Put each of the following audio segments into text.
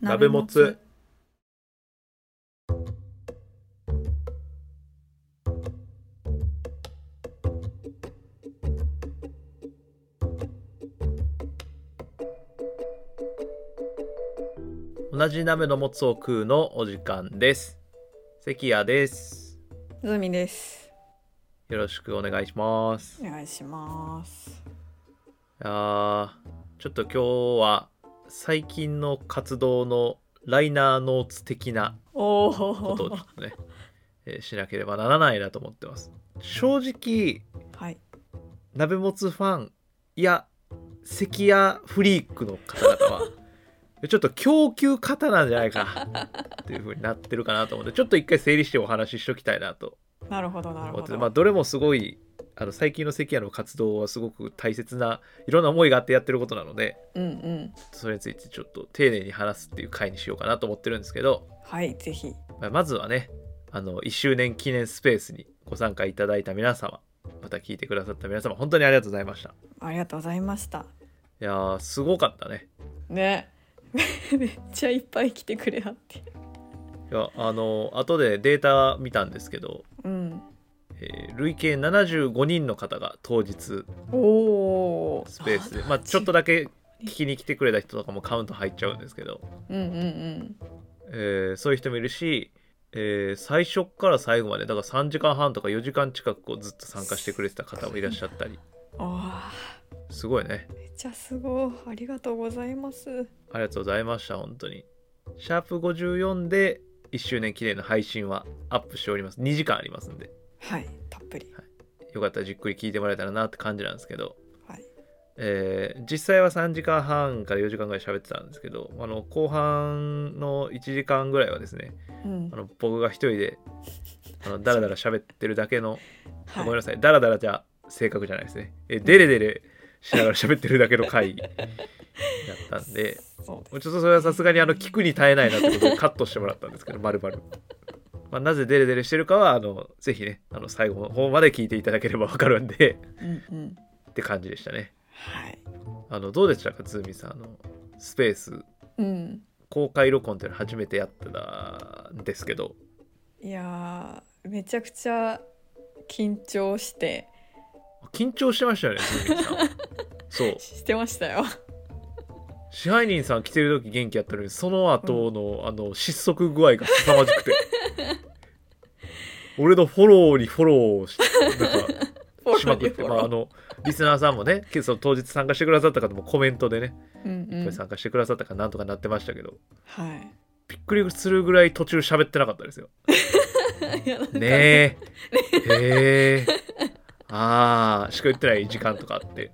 鍋もつ同じ鍋のもつを食うのお時間です関谷ですズミですよろしくお願いしますお願いしますあーちょっと今日は最近の活動のライナーノーツ的なおことをちょおっとね、 えーしなければならないなと思ってます正直はい鍋もつファンいや関谷フリークの方々は ちょっと供給方なんじゃないかっていう風になってるかなと思ってちょっと一回整理してお話ししときたいなとなるほどなる思ほっててど、まあどれもすごいあの最近の関谷の活動はすごく大切ないろんな思いがあってやってることなのでうんうんそれについてちょっと丁寧に話すっていう回にしようかなと思ってるんですけど、はいぜひまあまずはねあの1周年記念スペースにご参加いただいた皆様また聞いてくださった皆様本当にありがとうございましたありがとうございましたいやーすごかったねね めっちゃいっぱい来てくれはっていやあの後でデータ見たんですけど、うんえー累計75人の方が当日おおスペースで、まあ、ちょっとだけ聞きに来てくれた人とかもカウント入っちゃうんですけど、うんうんうんえーそういう人もいるし、えー最初から最後までだから3時間半とか4時間近くこうずっと参加してくれてた方もいらっしゃったりあすごいねーめっちゃすごいありがとうございますありがとうございました本当にシャープ54で1周年記念の配信はアップしております2時間ありますんではいたっぷりよかったらじっくり聞いてもらえたらなって感じなんですけどはいえー実際は3時間半から4時間ぐらい喋ってたんですけどあの後半の1時間ぐらいはですねうんあの僕が一人であのダラダラ喋ってるだけの、はごめんいなさいダラダラじゃ正確じゃないですねえデレデレしながら喋ってるだけの回だったんでそうちょっとそれはさすがにあの聞くに耐えないなってことをカットしてもらったんですけど丸々。まあ、なぜデレデレしてるかはあのぜひねあの最後の方まで聞いていただければ分かるんで うんうんって感じでしたね。はいあのどうでしたかズーミンさんあのスペースうん公開録音っていうの初めてやったんですけどいやーめちゃくちゃ緊張して緊張してましたよねズーミンさんそうしてましたよ支配人さん来てる時元気やったのにその後の、あの失速具合が凄まじくて俺のフォローにフォローしなんかフォ ロしまーくにっフて、ォまロあ、ーあのリスナーさんもねその当日参加してくださった方もコメントでね、うんうやっんぱり参加してくださったからなんとかなってましたけどはいびっくりするぐらい途中喋ってなかったですよいやなんかねえ。へえ。ああ、しか言ってない時間とかあって。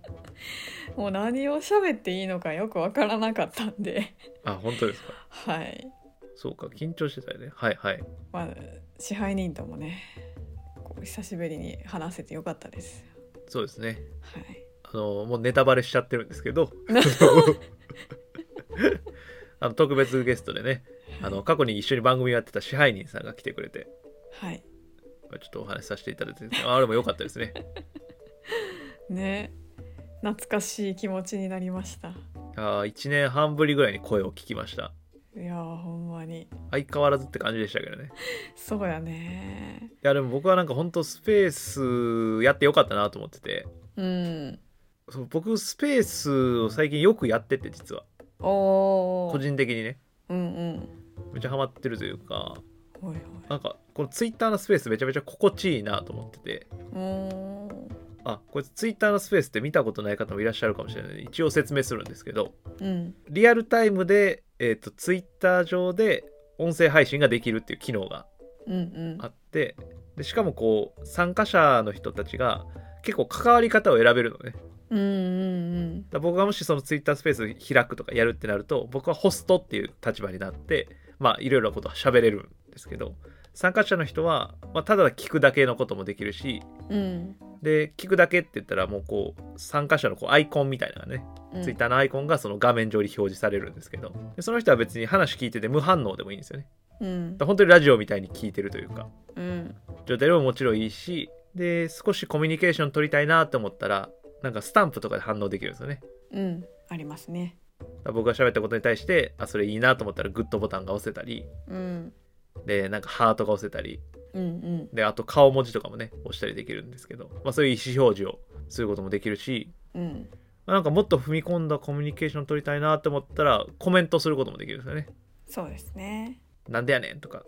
もう何を喋っていいのかよくわからなかったんで あ、本当ですか。はいそうか、緊張してたよね。はいはい。まあ支配人ともねこう久しぶりに話せてよかったですそうですね。はいあの、もうネタバレしちゃってるんですけど。 あの特別ゲストでねあの過去に一緒に番組やってた支配人さんが来てくれてはいまあちょっとお話しさせていただいてああれも良かったですねね懐かしい気持ちになりましたあ1年半ぶりぐらいに声を聞きましたいやーほんまに相変わらずって感じでしたけどねそうやねいやでも僕はなんか本当スペースやってよかったなと思っててうんそう僕スペースを最近よくやってて実はおお個人的にねうんうんめっちゃハマってるというかおいおいなんかこのツイッターのスペースめちゃめちゃ心地いいなと思っててうーんあこれツイッターのスペースって見たことない方もいらっしゃるかもしれないので一応説明するんですけどうんリアルタイムで、えー、とツイッター上で音声配信ができるっていう機能がうんうんあってでしかもこう参加者の人たちが結構関わり方を選べるのねうんうだんから僕がもしそのツイッタースペース開くとかやるってなると僕はホストっていう立場になってまあいろいろなことは喋れるんですけど参加者の人は、まあ、ただ聞くだけのこともできるしうんで聞くだけって言ったらもうこう参加者のこうアイコンみたいなのがね、うんツイッターのアイコンがその画面上に表示されるんですけどでその人は別に話聞いてて無反応でもいいんですよねうんだから本当にラジオみたいに聞いてるというかうん状態でももちろんいいしで少しコミュニケーション取りたいなと思ったらなんかスタンプとかで反応できるんですよねうんありますね僕が喋ったことに対してあそれいいなと思ったらグッドボタンが押せたりうんでなんかハートが押せたりうんうんであと顔文字とかもね押したりできるんですけど、まあ、そういう意思表示をすることもできるし、うんまあなんかもっと踏み込んだコミュニケーション取りたいなと思ったらコメントすることもできるんですよね。そうですねなんでやねんとか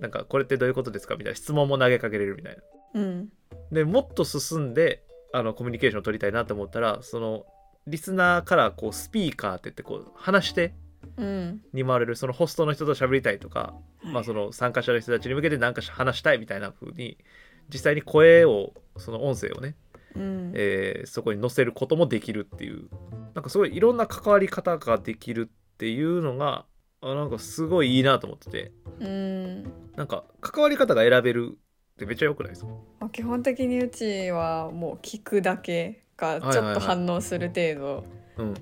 なんかこれってどういうことですかみたいな質問も投げかけれるみたいな。うんでもっと進んであのコミュニケーションを取りたいなと思ったらそのリスナーからこうスピーカーって言ってこう話してうんに回れるそのホストの人と喋りたいとか、はいまあ、その参加者の人たちに向けて何かし話したいみたいな風に実際に声をその音声をね、うんえーそこに載せることもできるっていうなんかすごいいろんな関わり方ができるっていうのがあなんかすごいいいなと思っててうんなんか関わり方が選べるってめっちゃ良くないですかまあ基本的にうちはもう聞くだけかはいはいちはいょっと反応する程度うん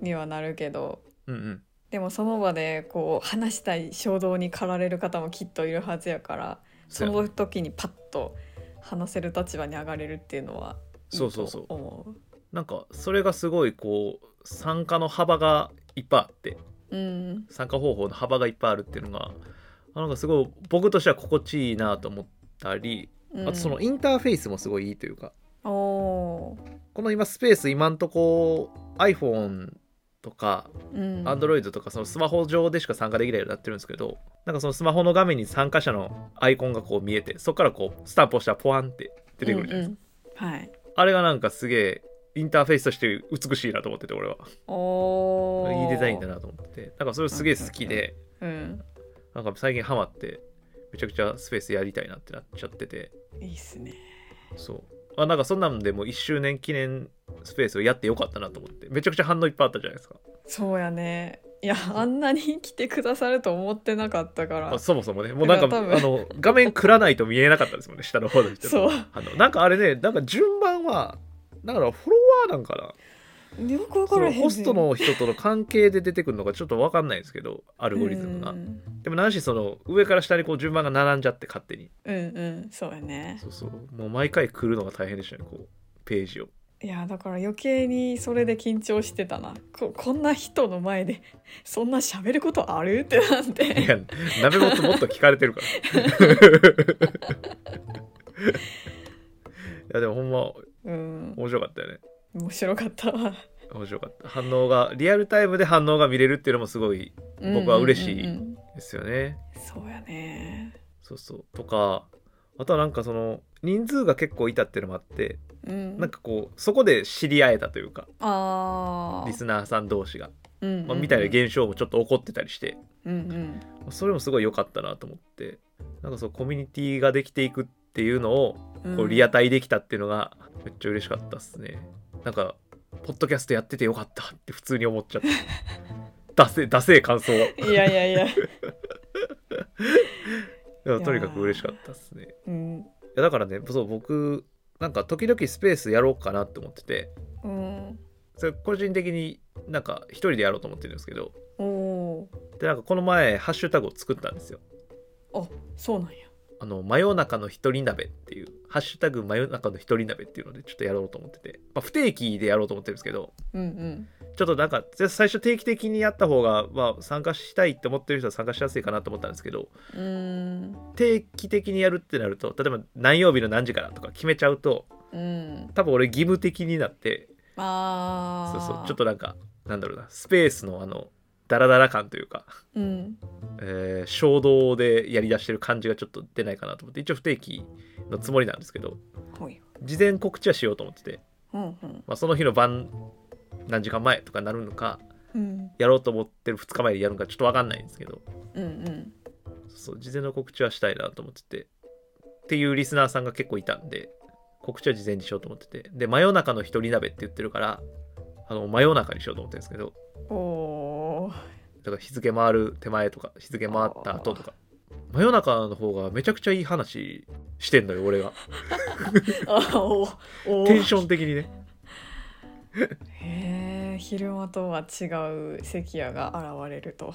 にはなるけどうんうんでもその場でこう話したい衝動に駆られる方もきっといるはずやからそやなの時にパッと話せる立場に上がれるっていうのはそうそうそういいと思なんかそれがすごいこう参加の幅がいっぱいあってう。うん参加方法の幅がいっぱいあるっていうのがあなんかすごい僕としては心地いいなと思ったりうん、あとそのインターフェースもすごいいいというかおーこの今スペース今んとこ iPhone とかうん、 Android とかそのスマホ上でしか参加できないようになってるんですけどなんかそのスマホの画面に参加者のアイコンがこう見えてそこからこうスタンプをしたらポワンって出てくるじゃないですか、うんうんはいあれがなんかすげえインターフェースとして美しいなと思ってて俺はおーいいデザインだなと思っててなんかそれすげえ好きでうんなんか最近ハマってめちゃくちゃスペースやりたいなってなっちゃってていいっすねそうあなんかそんなんでもう1周年記念スペースをやってよかったなと思ってめちゃくちゃ反応いっぱいあったじゃないですか、そうやねいやあんなに来てくださると思ってなかったから、まあ、そもそもねもうなんかだから多分あの画面くらないと見えなかったですもんね下の方の人そうあのなんかあれねなんか順番はだからフォロワーなんかなよくわかそらへのんねホストの人との関係で出てくるのがちょっと分かんないですけどアアルゴリズムがうんでも何しその上から下にこう順番が並んじゃって勝手にうんうんそうやねそうそうもう毎回来るのが大変でしたねこうページをいやだから余計にそれで緊張してたなここんな人の前で そんな喋ることあるってなっいてや鍋もつもっと聞かれてるから いやでもほんまうん面白かったよね面白かったわ面白かった反応がリアルタイムで反応が見れるっていうのもすごい僕は嬉しいうんうんうんですよねそうやねそうそうとかあとはなんかその人数が結構いたっていうのもあってうんなんかこうそこで知り合えたというかあーリスナーさん同士が、うんうんうんまあ、みたいな現象もちょっと起こってたりしてうんうんそれもすごい良かったなと思ってなんかそうコミュニティができていくっていうのをこうリアタイできたっていうのがめっちゃ嬉しかったっすねなんかポッドキャストやっててよかったって普通に思っ ちゃったダセダセえ感想いいやいやいや、やとにかく嬉しかったっすねいうん、やだからねそう僕なんか時々スペースやろうかなって思っててうん、それ個人的になんか一人でやろうと思ってるんですけどおおでなんかこの前ハッシュタグを作ったんですよー、あ、そうなんや。あの真夜中の一人鍋っていう「ハッシュタグ真夜中の一人鍋」っていうのでちょっとやろうと思ってて、まあ、不定期でやろうと思ってるんですけどうんちょっとなんか最初定期的にやった方が、まあ、参加したいって思ってる人は参加しやすいかなと思ったんですけどうん、うん、定期的にやるってなると例えば何曜日の何時からとか決めちゃうとうん、多分俺義務的になってあそうあ、そうちょっと、なんかなんだろうなスペースのあのダラダラ感というか、うん、えー衝動でやりだしてる感じがちょっと出ないかなと思って一応不定期のつもりなんですけどほい、事前告知はしようと思ってて。うんうん、まあ、その日の晩何時間前とかなるのかうん、やろうと思ってる2日前でやるのかちょっと分かんないんですけどうんうん、そう事前の告知はしたいなと思っててっていうリスナーさんが結構いたんで告知は事前にしようと思っててで真夜中の一人鍋って言ってるからあの真夜中にしようと思ってるんですけどおおだー、から日付回る手前とか日付回った後とか真夜中の方がめちゃくちゃいい話してんのよ俺があおーおー、テンション的にねへえ、昼間とは違う関谷が現れると。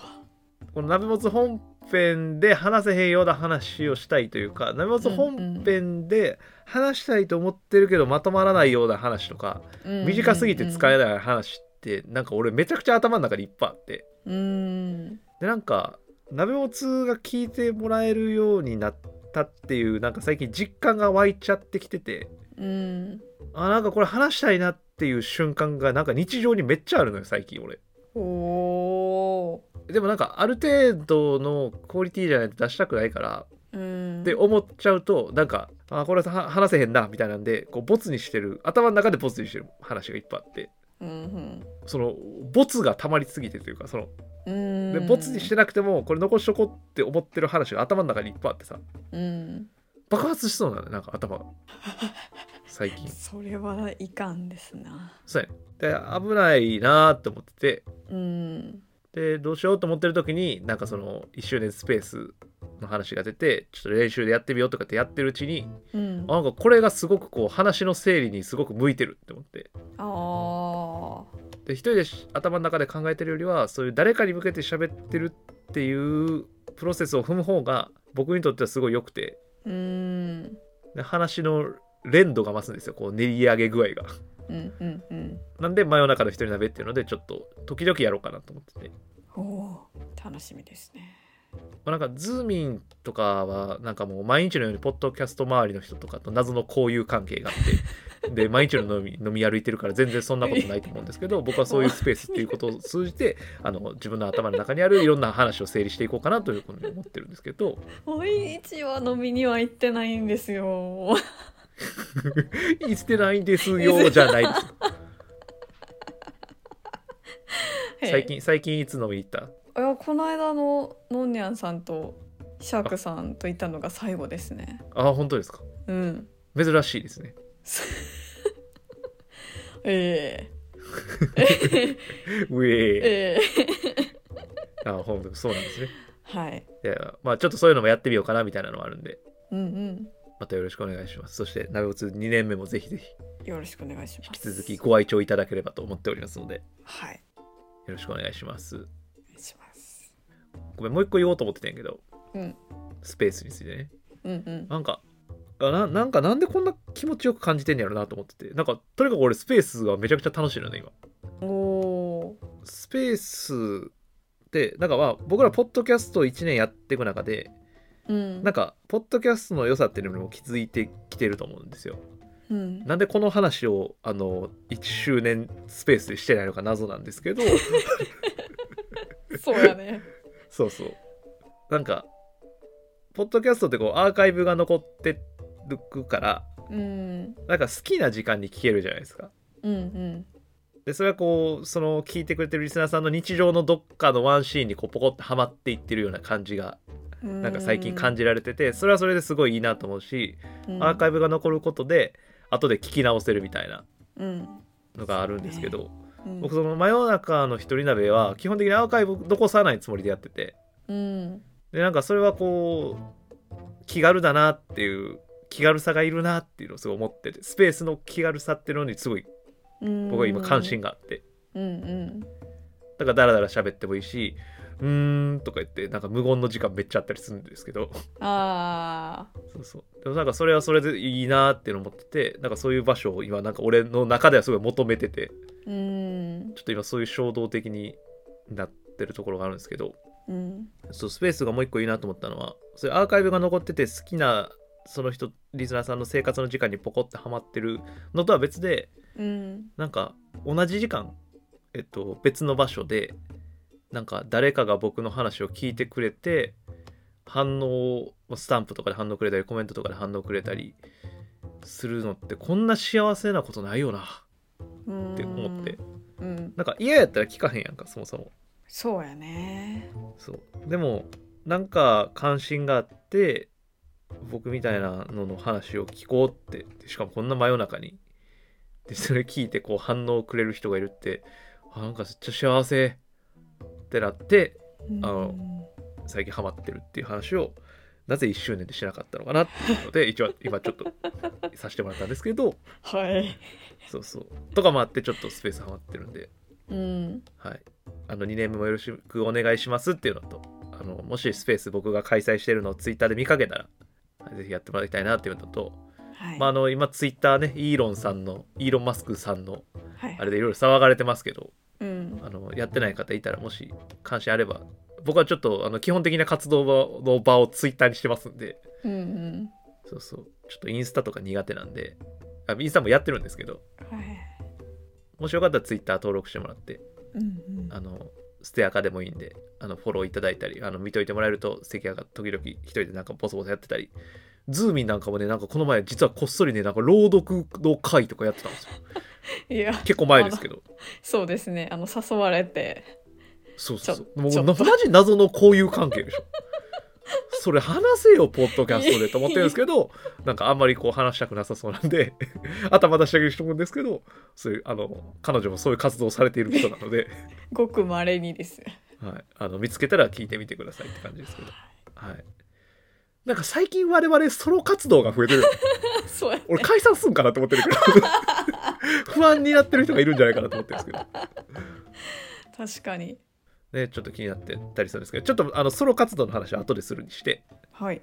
この鍋もつ本編で話せへんような話をしたいというか鍋もつ本編で話したいと思ってるけどまとまらないような話とか、短すぎて使えい。ない話ってなんか俺めちゃくちゃ頭の中にいっぱいあってうーんでなんか鍋もつが聞いてもらえるようになったっていうなんか最近実感が湧いちゃってきててうんあなんかこれ話したいなっていう瞬間がなんか日常にめっちゃあるのよ最近俺おおでもなんかある程度のクオリティじゃないと出したくないからーうんって思っちゃうとなんかあこれは話せへんなみたいなんでこうボツにしてる頭の中でボツにしてる話がいっぱいあってうんそのボツが溜まりすぎてというかそのうんでボツにしてなくてもこれ残しとこうって思ってる話が頭の中にいっぱいあってさうん爆発しそうなのよなんか頭が最 近それはいかんですなそうやねで危ないなーって思ってうんてでどうしようと思ってる時になんかその1周年スペースの話が出てちょっと練習でやってみようとかってやってるうちにうんあなんかこれがすごくこう話の整理にすごく向いてるって思ってあーで一人でし頭の中で考えてるよりはそういう誰かに向けて喋ってるっていうプロセスを踏む方が僕にとってはすごい良くてうんで話の連度が増すんですよこう練り上げ具合がうんうんうんなんで真夜中の一人鍋っていうのでちょっと時々やろうかなと思ってて、おおー楽しみですねまあ、なんかズーミンとかはなんかもう毎日のようにポッドキャスト周りの人とかと謎の交友関係があ ってで毎日の飲み飲み歩いてるから全然そんなことないと思うんですけ ど僕はそういうスペースっていうことを通じ てあの自分の頭の中にあるいろんな話を整理していこうかなというふうに思ってるんですけど毎日は飲みには行ってないんですよ「いつてないんですよ」じゃない です最近最近いつ飲みに行ったいやこの間ののんにゃんさんとシャークさんといたのが最後ですねああ本当ですかうん珍しいですねえ うええーええあほんとそうなんですねはいいやまあちょっとそういうのもやってみようかなみたいなのもあるんでうんまたよろしくお願いしますそして鍋おつ2年目もぜひぜひうんよろしくお願いします引き続きご愛聴いただければと思っておりますのでよはいろしくお願いしますお願いしますごめんもう一個言おうと思ってたんやけど、うんスペースについてねうんうんなんかあななんかなんでこんな気持ちよく感じてんやろなと思っててなんかとにかく俺スペースがめちゃくちゃ楽しいのね今おおスペースってなんかまあ僕らポッドキャスト1年やっていく中でーうんなんかポッドキャストの良さっていうのにも気づいてきてると思うんですようんなんでこの話をあの1周年スペースでしてないのか謎なんです けどそうやねそうそうなんかポッドキャストってこうアーカイブが残ってるからうんなんか好きな時間に聞けるじゃないですかうんうんでそれはこうその聞いてくれてるリスナーさんの日常のどっかのワンシーンにこうポコッとはまっていってるような感じがうんなんか最近感じられててそれはそれですごいいいなと思うしうんアーカイブが残ることで後で聞き直せるみたいなうんのがあるんですけどうん僕その真夜中の一人鍋は基本的にアーカイブ残さないつもりでやっててうんでなんかそれはこう気軽だなっていう気軽さがいるなっていうのをすごい思っててスペースの気軽さっていうのにすごいうん僕は今関心があってうんうんだからダラダラ喋ってもいいしうーんとか言ってなんか無言の時間めっちゃあったりするんですけど ああそうそうでもなんかそれはそれでいいなっていうのを思っててなんかそういう場所を今なんか俺の中ではすごい求めててうんちょっと今そういう衝動的になってるところがあるんですけどうんそうスペースがもう一個いいなと思ったのはそれアーカイブが残ってて好きなその人リスナーさんの生活の時間にポコってハマってるのとは別でうんなんか同じ時間、えっと、別の場所でなんか誰かが僕の話を聞いてくれて反応をスタンプとかで反応くれたりコメントとかで反応くれたりするのってこんな幸せなことないよなっって思ってうん、なんか嫌やったら聞かへんやんかそもそもそうやねそうでもなんか関心があって僕みたいなのの話を聞こうってでしかもこんな真夜中にでそれ聞いてこう反応をくれる人がいるってあなんかめっちゃ幸せってなってうんあの最近ハマってるっていう話をなぜ1周年でしなかったのかなっていうので一応今ちょっとさせてもらったんですけどはいそうそうとかもあってちょっとスペースハマってるんでうんはい、あの2年目もよろしくお願いしますっていうのとあのもしスペース僕が開催してるのをツイッターで見かけたらはいぜひやってもらいたいなっていうのと、はい、まあ、あの今ツイッターねイーロンさんのイーロン・マスクさんのはいあれでいろいろ騒がれてますけどのやってない方いたらもし関心あれば僕はちょっとあの基本的な活動の場をツイッターにしてますんでうんそうそうちょっとインスタとか苦手なんであインスタもやってるんですけどうんはいもしよかったらツイッター登録してもらってうんうんあのステアカでもいいんであのフォローいただいたりあの見といてもらえると関谷が時々一人でなんかボソボソやってたりズーミンなんかもねなんかこの前実はこっそりねなんか朗読の会とかやってたんですよいや結構前ですけどそうですねあの誘われてそうそうちそょうもうちょっマとジ謎の交友関係でしょそれ話せよポッドキャストでと思ってるんですけどなんかあんまりこう話したくなさそうなんで頭出し上げる人もいるんですけどそういうあの彼女もそういう活動をされていることなので、ごくまれにですはい、あの見つけたら聞いてみてくださいって感じですけどはい。なんか最近我々ソロ活動が増えてる。 そうやね俺解散すんかなと思ってるけど。 不安になってる人がいるんじゃないかなと思ってるんですけど。確かにね、ちょっと気になってたりするんですけど、ちょっとあのソロ活動の話は後でするにして、はい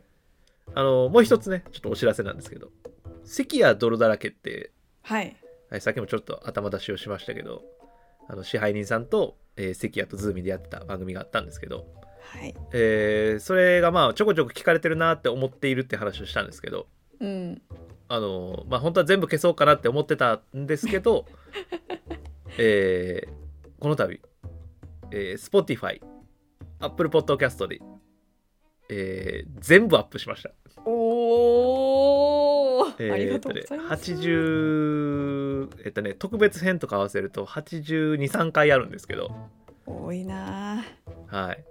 あの、もう一つね、ちょっとお知らせなんですけど、関谷泥だらけって、はいはい、さっきもちょっと頭出しをしましたけど、あの支配人さんと、えー関谷とズーミでやってた番組があったんですけど、はいえーそれがまあちょこちょこ聞かれてるなって思っているって話をしたんですけど、うんあのまあ本当は全部消そうかなって思ってたんですけ どえーこの度、えー、Spotify Apple Podcast で、えー全部アップしました、おー、ありがとうございますえーっとね80えっとね特別編とか合わせると823回あるんですけど多いなあはい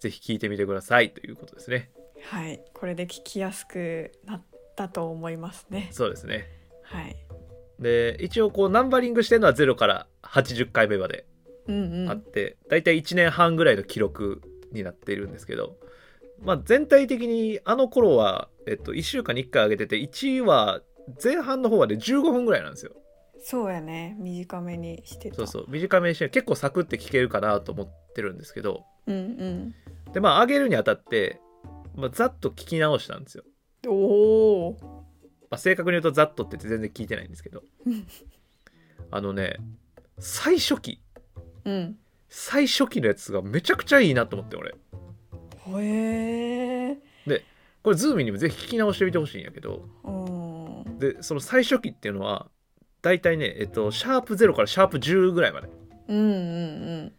ぜひ聞いてみてくださいということですねはいこれで聞きやすくなったと思いますねそうですねはいで一応こうナンバリングしてるのは0から80回目までうんうあっんて、大体1年半ぐらいの記録になっているんですけど、まあ、全体的にあの頃は、えっと、1週間に1回上げてて1は前半の方はで15分ぐらいなんですよそうやね短めにしてたそうそう短めにして結構サクって聞けるかなと思ってるんですけどうんでまあ上げるにあたって、まあ、ざっと聞き直したんですよ、うんおおまあ、正確に言うとざっとって言って全然聞いてないんですけ どあのね最初期うん最初期のやつがめちゃくちゃいいなと思って俺ほえーこれズーミンにもぜひ聞き直してみてほしいんやけどうんでその最初期っていうのは大体ねえっとシャープ0からシャープ10ぐらいまでうんうん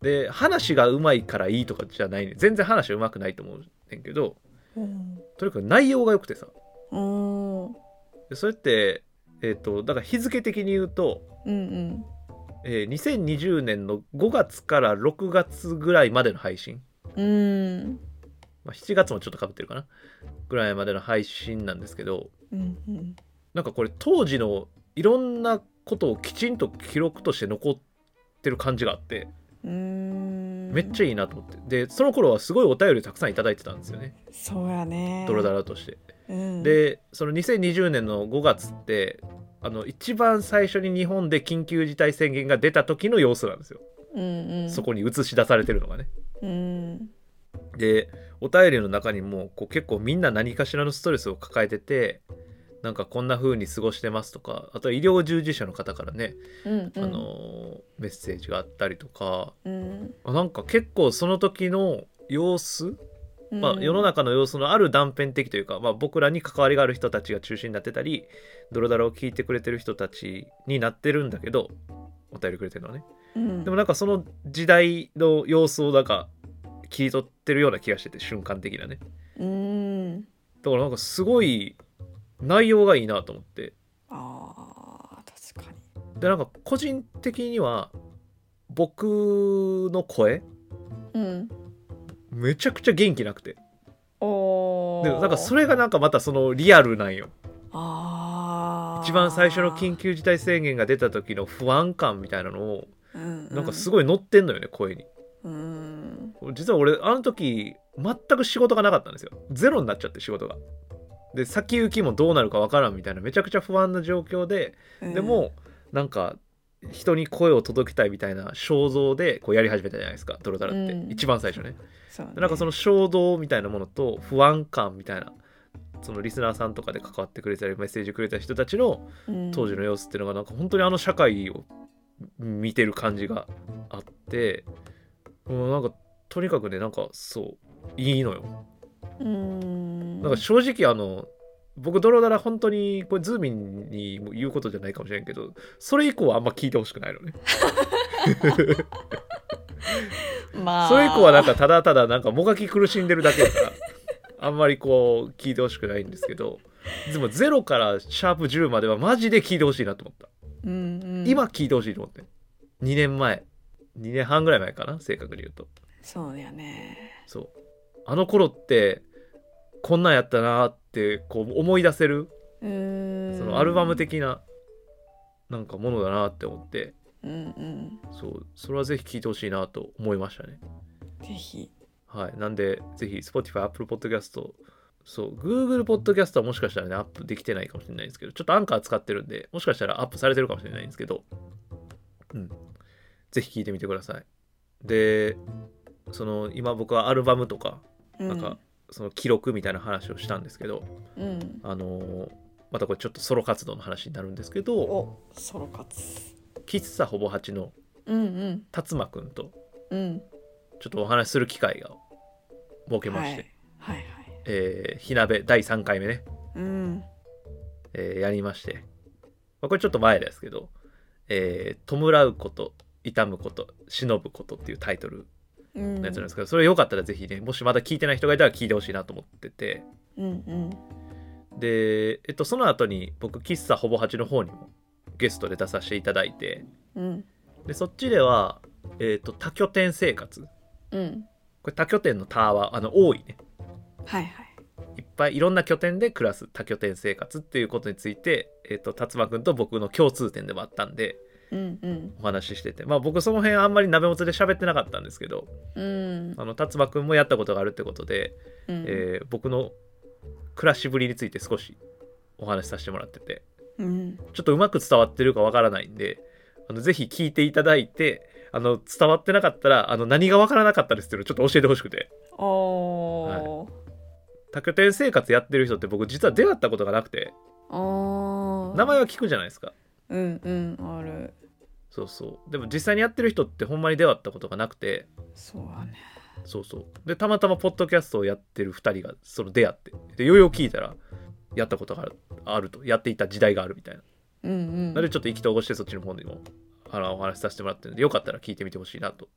で話がうまいからいいとかじゃないね全然話うまくないと思うねんけどうんとにかく内容が良くてさうんうんでそれってえっとだから日付的に言うと、うんえー2020年の5月から6月ぐらいまでの配信、うんまあ、7月もちょっとかぶってるかなぐらいまでの配信なんですけどうんうんなんかこれ当時のいろんなことをきちんと記録として残ってる感じがあってうんめっちゃいいなと思ってでその頃はすごいお便りたくさんいただいてたんですよねそうやねドロダラとして、うんでその2020年の5月ってあの一番最初に日本で緊急事態宣言が出た時の様子なんですよ、うんうんそこに映し出されてるのがねうんでお便りの中にもこう結構みんな何かしらのストレスを抱えててなんかこんな風に過ごしてますとかあとは医療従事者の方からね、うんうんあのメッセージがあったりとかうんあなんか結構その時の様子うんまあ、世の中の様子のある断片的というか、まあ、僕らに関わりがある人たちが中心になってたり「ドロダラ」を聞いてくれてる人たちになってるんだけどお便りくれてるのはねうんでもなんかその時代の様子をなんか切り取ってるような気がしてて瞬間的なねうんだからなんかすごい内容がいいなと思ってあー確かにでなんか個人的には僕の声うんめちゃくちゃ元気なくておでなんかそれれがなんかまたそのリアルなんよあー一番最初の緊急事態宣言が出た時の不安感みたいなのをうんうなんかすごごい乗ってんのよね声にうん実は俺あの時全く仕事がなかったんですよゼロになっちゃって仕事がで先行きもどうなるかわからんみたいなめちゃくちゃ不安な状況でうんでもなんか人に声を届けたいみたいな衝動でこうやり始めたじゃないですか「ドロダラ」って、うん一番最初ねそうねでなんかその衝動みたいなものと不安感みたいなそのリスナーさんとかで関わってくれたりメッセージくれた人たちのうん当時の様子っていうのがなんか本当にあの社会を見てる感じがあってもうなんかとにかくねなんかそういいのようーんなんか正直あの僕ドロダラ本当にこれズーミンにも言うことじゃないかもしれんけどそれ以降はあんま聞いてほしくないのねまあそれ以降はなんかただただなんかもがき苦しんでるだけだからあんまりこう聞いてほしくないんですけどでも0からシャープ10まではマジで聞いてほしいなと思ったうんうん、今聞いてほしいと思って2年前2年半ぐらい前かな正確に言うとそうだよねそうあの頃ってこんなんやったなーってこう思い出せるうーんそのアルバム的ななんかものだなって思ってうんそうそれはぜひ聞いてほしいなと思いましたねうんぜひはいなんでぜひ Spotify、Apple Podcast そう Google Podcast はもしかしたらねアップできてないかもしれないんですけどちょっとアンカー使ってるんでもしかしたらアップされてるかもしれないんですけどうんぜひ聞いてみてくださいでその今僕はアルバムとかうんなんかその記録みたいな話をしたんですけど、うんあのーまたこれちょっとソロ活動の話になるんですけどおソロ活喫茶ほぼ八のうんうん辰馬くんとうんちょっとお話しする機会が設けまして、はい、はいはいえー火鍋第3回目ね、うんえーやりまして、まあ、これちょっと前ですけど「えー弔うこと痛むこと忍ぶこと」っていうタイトルうんのやつなんですけど、それよかったらぜひねもしまだ聞いてない人がいたら聞いてほしいなと思っててうんうんで、えっと、その後に僕喫茶ほぼ八の方にもゲストで出させていただいてうんでそっちでは、えー、と多拠点生活うんこれ多拠点のターはあの多いねはいはいいっぱいいろんな拠点で暮らす多拠点生活っていうことについて、えー、と辰馬くんと僕の共通点でもあったんでうんうんお話ししててまあ僕その辺あんまり鍋もつで喋ってなかったんですけどうんあの辰馬くんもやったことがあるってことで、うんえー僕の暮らしぶりについて少しお話しさせてもらっててうんちょっとうまく伝わってるかわからないんであのぜひ聞いていただいてあの伝わってなかったらあの何がわからなかったですっていうのをちょっと教えてほしくておー多拠点生活やってる人って僕実は出会ったことがなくてあー名前は聞くじゃないですかうんうんあるそうそうでも実際にやってる人ってほんまに出会ったことがなくてそうだねそうそうでたまたまポッドキャストをやってる2人がその出会ってでようよう聞いたらやったことがあるあるとやっていた時代があるみたいなうんうんなのでちょっと意気投合してそっちの方にもあのお話しさせてもらってるんでよかったら聞いてみてほしいなと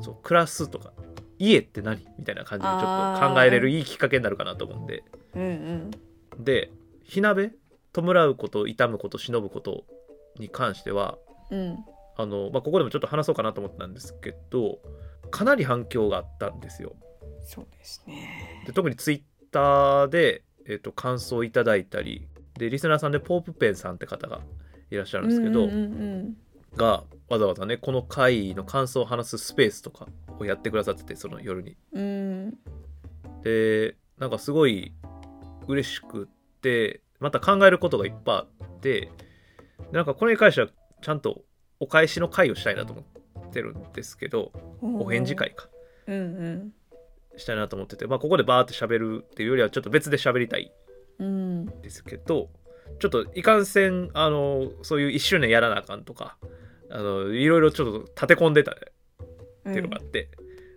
そう暮らすとか家って何みたいな感じでちょっと考えれるいいきっかけになるかなと思うんでうんうんで火鍋弔うこと痛むこと忍ぶことに関してはうんあの、まあ、ここでもちょっと話そうかなと思ったんですけどかなり反響があったんですよそうですねで特にツイッターで、えっと感想いただいたりでリスナーさんでポープペンさんって方がいらっしゃるんですけど、うんうんがわざわざねこの回の感想を話すスペースとかをやってくださっててその夜にうんうんでなんかすごい嬉しくってまた考えることがいっぱいあってでなんかこれに関してはちゃんとお返しの会をしたいなと思ってるんですけどおーお返事会かうんうんしたいなと思ってて、まあ、ここでバーって喋るっていうよりはちょっと別で喋りたいうんんですけどちょっといかんせんあのそういう1周年やらなあかんとかあのいろいろちょっと立て込んでたっていうのがあって、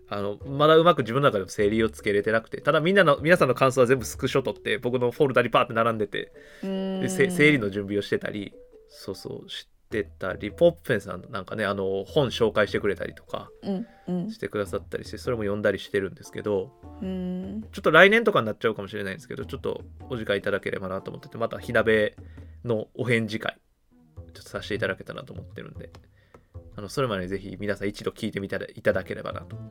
あのまだうまく自分の中でも整理をつけれてなくてただみんなの皆さんの感想は全部スクショ取って僕のフォルダにパーって並んでてうんでせ整理の準備をしてたりそうそうしてたりポップフェンさんなんかねあの本紹介してくれたりとかうんうんしてくださったりしてそれも読んだりしてるんですけどうんちょっと来年とかになっちゃうかもしれないんですけどちょっとお時間いただければなと思っててまた火鍋のお返事会ちょっとさせていただけたらと思ってるんであのそれまでにぜひ皆さん一度聞いてみたらいただければなとは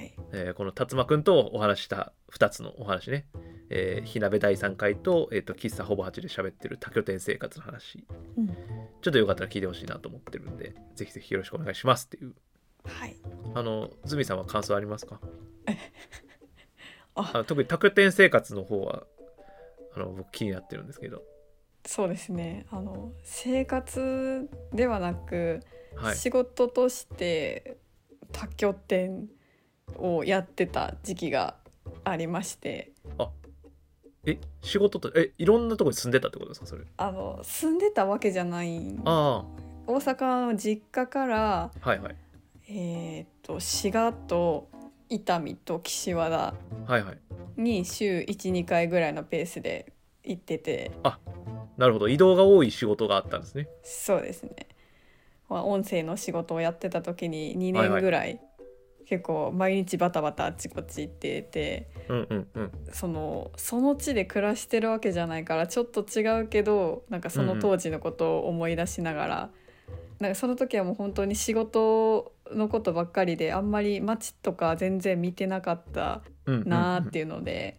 いえーこの辰馬くんとお話しした2つのお話ね、えー火鍋第3回と,、えー、と喫茶ほぼ8で喋ってる多拠点生活の話うんちょっとよかったら聞いてほしいなと思ってるんでぜひぜひよろしくお願いしますっていうはいあのズミさんは感想ありますかああの特に多拠点生活の方はあの僕気になってるんですけどそうですねあの生活ではなく、はい仕事として多拠点をやってた時期がありましてえ仕事とえいろんなとこに住んでたってことですかそれあの住んでたわけじゃないんあ大阪の実家からはいはいえーっと滋賀と伊丹と岸和田はいはいに週12回ぐらいのペースで行っててなるほど移動が多い仕事があったんですねそうですね、まあ、音声の仕事をやってた時に2年ぐらい結構毎日バタバタあっちこっち行っててうんうんうんそのその地で暮らしてるわけじゃないからちょっと違うけどなんかその当時のことを思い出しながら、なんかその時はもう本当に仕事のことばっかりであんまり街とか全然見てなかったうんうんうんなーっていうので、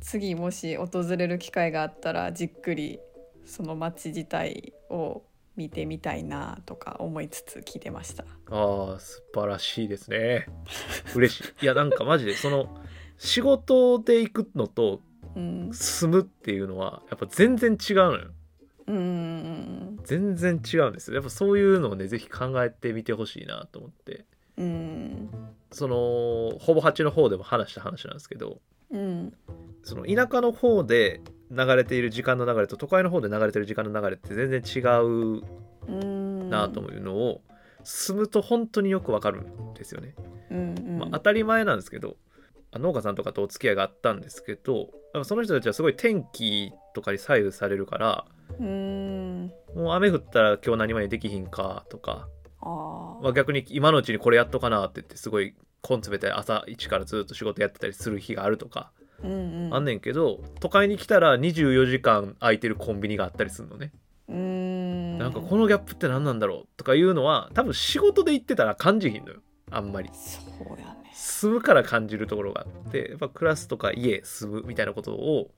次もし訪れる機会があったらじっくりその街自体を見てみたいなとか思いつつ聞いてました。ああ素晴らしいですね嬉しいいやなんかマジでその仕事で行くのとうん、住むっていうのはやっぱ全然違うのようんうんうん全然違うんですよやっぱそういうのをねぜひ考えてみてほしいなと思ってうんうんそのほぼ8の方でも話した話なんですけどうんその田舎の方で流れている時間の流れと都会の方で流れている時間の流れって全然違ううんなというのを、住むと本当によくわかるんですよね、うんうんまあ、当たり前なんですけどあ農家さんとかとお付き合いがあったんですけどやっぱその人たちはすごい天気とかに左右されるからうんもう雨降ったら今日何々できひんかとかあまあ、逆に今のうちにこれやっとかなって言ってすごい根詰めて朝一からずっと仕事やってたりする日があるとかーうんうんあんねんけど都会に来たら24時間空いてるコンビニがあったりするのねうんなんかこのギャップって何なんだろうとかいうのは多分仕事で行ってたら感じひんのよあんまりそうやね住むから感じるところがあってやっぱクラスとか家住むみたいなことを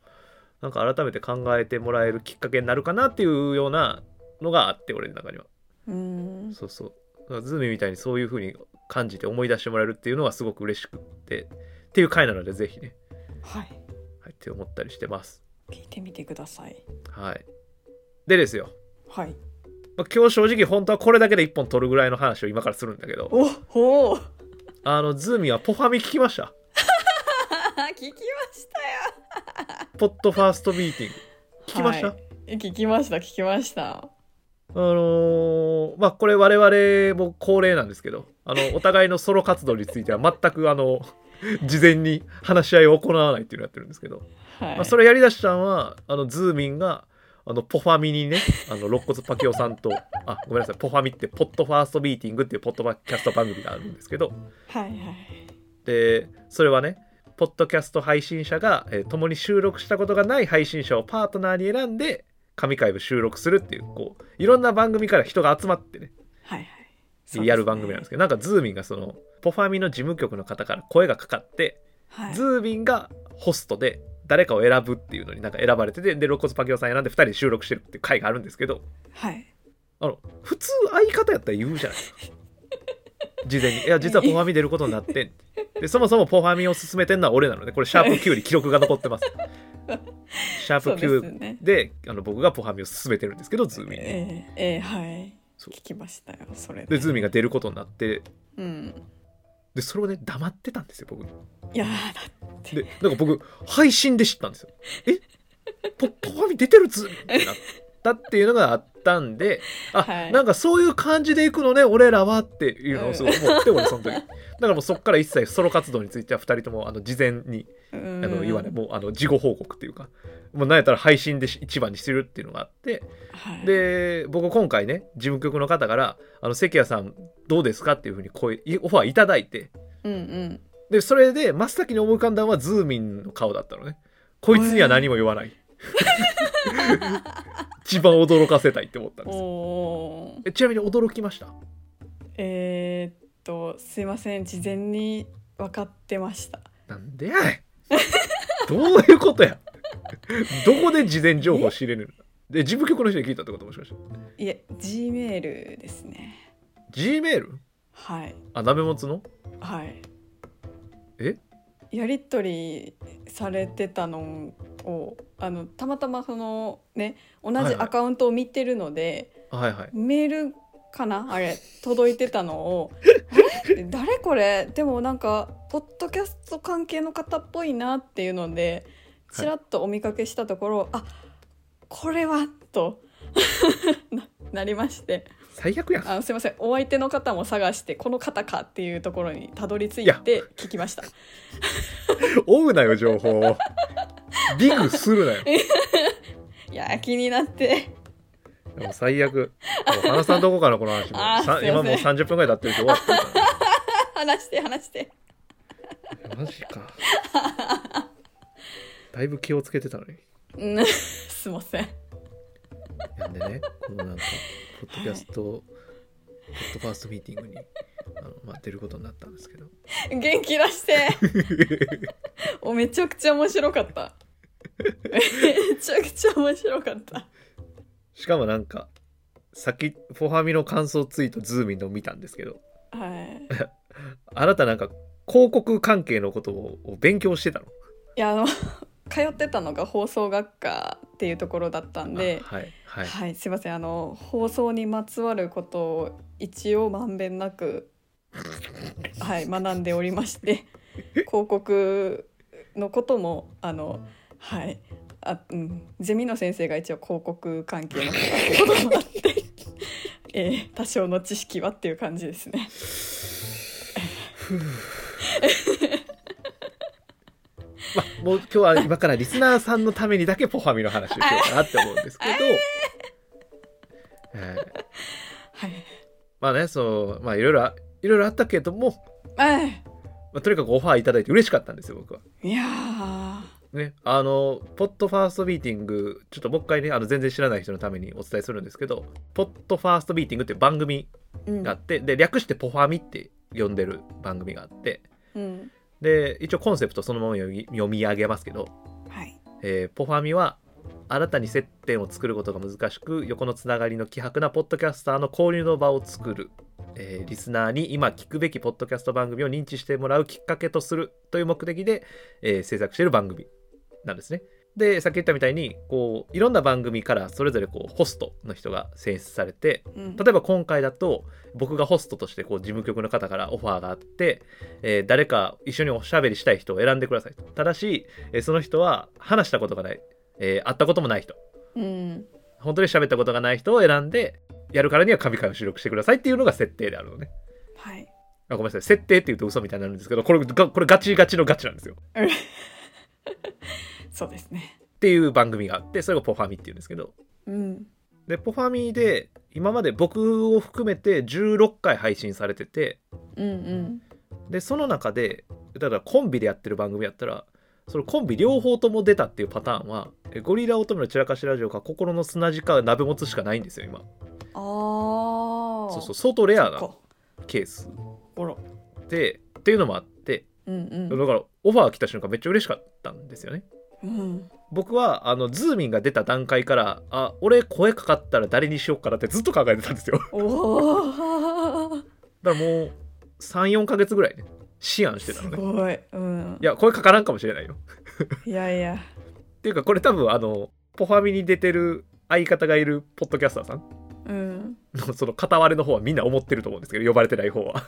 なんか改めて考えてもらえるきっかけになるかなっていうようなのがあって俺の中にはうんそうそうだからズーミンみたいにそういう風に感じて思い出してもらえるっていうのはすごく嬉しくってっていう回なのでぜひね、はいはい、って思ったりしてます聞いてみてくださいはいでですよ、はいまあ今日正直本当はこれだけで1本取るぐらいの話を今からするんだけどおほうあのズーミンはポファミ聞きました 聞きましたよポッドファーストミーティング聞きました、はいえ聞きました聞きましたあのーまあこれ我々も恒例なんですけどあのお互いのソロ活動については全くあの事前に話し合いを行わないっていうのをやってるんですけどはい、まあ、それやりだしたのはあのズーミンがあのポファミにね あの肋骨パキオさんとあごめんなさいポファミってポッドファーストミーティングっていうポッドキャスト番組があるんですけどはいはいでそれはねポッドキャスト配信者が、えー共に収録したことがない配信者をパートナーに選んで神回を収録するっていうこういろんな番組から人が集まってねはいはいやる番組なんですすけどなんかズーミンがそのポファミの事務局の方から声がかかってはいズービンがホストで誰かを選ぶっていうのになんか選ばれててで肋骨パキオさん選んで2人で収録してるっていう回があるんですけどはいあの普通相方やったら言うじゃ ないですか事前にいや実はポファミ出ることになってんでそもそもポファミを進めてんのは俺なのでこれシャープ9に記録が残ってます シャープそうです9ねであの僕がポファミを進めてるんですけどズーミンにええええはいそう聞きましたよそれでズーミンが出ることになってうんでそれをね黙ってたんですよ僕いやーだってでなんか僕配信で知ったんですよえポポファミ出てるずってなったっていうのがあったんであ、はいなんかそういう感じでいくのね俺らはっていうのをすごい思って、俺その時だからもうそっから一切ソロ活動については2人ともあの事前にああのの言わないもうあの事後報告っていうかもうなんやったら配信でし一番にしてるっていうのがあってはい、で僕今回ね事務局の方から「あの関谷さんどうですか?」っていうふうに声いオファーいただいてうんうんでそれで真っ先に思い浮かんだのはズーミンの顔だったのねこいつには何も言わ ない一番驚かせたいって思ったんですおーえちなみに驚きましたえー、っとすいません事前に分かってましたなんでやいどういうことやどこで事前情報知れるので事務局の人に聞いたってこともしかしていえ G メールですね G メールはいあ鍋もつのはいえやり取りされてたのをあのたまたまそのね同はいじはいアカウントを見てるので、あはいはいメールかなあれ届いてたの をあれ誰これでもなんかポッドキャスト関係の方っぽいなっていうのではいちらっとお見かけ したところ、あこれはとななりまして最悪やんあのすいませんお相手の方も探してこの方かっていうところにたどり着いて聞きました追うなよ情報 をビグするなよいや気になって でも最悪もう話さんとこかなこの話もあーさすい今ませんもう30分ぐらい経ってるけど終わっ話して話してたからマジかだいぶ気をつけてたのにうん すいませんなんでね、このなんか、ポッドキャスト、ポッドファーストミーティングに、あの、まあ、出ることになったんですけど。元気出して おめちゃくちゃ面白かっためちゃくちゃ面白かったしかもなんか、先、フォハミの感想ツイート、ズーミンの見たんですけど、はいあなたなんか、広告関係のことをを勉強してたのいやあの通ってたのが放送学科っていうところだったんであはい、ははいい、。すいませんあの放送にまつわることを一応まんべんな くはい学んでおりまして広告のこともあのはいあ、うん、ゼミの先生が一応広告関係の人だってこともあって、 えー多少の知識はっていう感じですね。まあ、もう今日は今からリスナーさんのためにだけポハミの話をしようかなって思うんですけど、えーはい、まあね、そう、まあいろいろあ、いろいろあったけども、あまあ、とにかくオファーいただいて嬉しかったんですよ、僕は。いやーね、あのポッドファーストミーティングちょっともう一回ねあの全然知らない人のためにお伝えするんですけどポッドファーストミーティングっていう番組うんがあって、で略してポファミって呼んでる番組があってうんで一応コンセプトそのまま読み読み上げますけど、はいえーポファミは新たに接点を作ることが難しく横のつながりの希薄なポッドキャスターの交流の場を作る、えーリスナーに今聞くべきポッドキャスト番組を認知してもらうきっかけとするという目的で、えー制作している番組なんですね。でさっき言ったみたいにこういろんな番組からそれぞれこうホストの人が選出されてうん例えば今回だと僕がホストとしてこう事務局の方からオファーがあって、えー誰か一緒におしゃべりしたい人を選んでくださいとただし、えーその人は話したことがない、えー会ったこともない人うん本当に喋ったことがない人を選んでやるからには神回を収録してくださいっていうのが設定であるのねはいあごめんなさい設定って言うと嘘みたいになるんですけどこれがこれガチガチのガチなんですよそうですねっていう番組があってそれがポファミっていうんですけどうんでポファミで今まで僕を含めて16回配信されててうんうんでその中でだからコンビでやってる番組やったらそのコンビ両方とも出たっていうパターンはえゴリラ乙女の散らかしラジオか心の砂地か鍋もつしかないんですよ今あーそうそう相当レアなそっかケースあらでっていうのもあってうんうだんからオファー来た瞬間めっちゃ嬉しかったんですよねうん僕はあのズーミンが出た段階からあ俺声かかったら誰にしようかなってずっと考えてたんですよおだおからもう34ヶ月ぐらいね思案してたすのねごい、うんい、や声かからんかもしれないよいやいやっていうかこれ多分あのポファミに出てる相方がいるポッドキャスターさん うんのその片割れの方はみんな思ってると思うんですけど呼ばれてない方は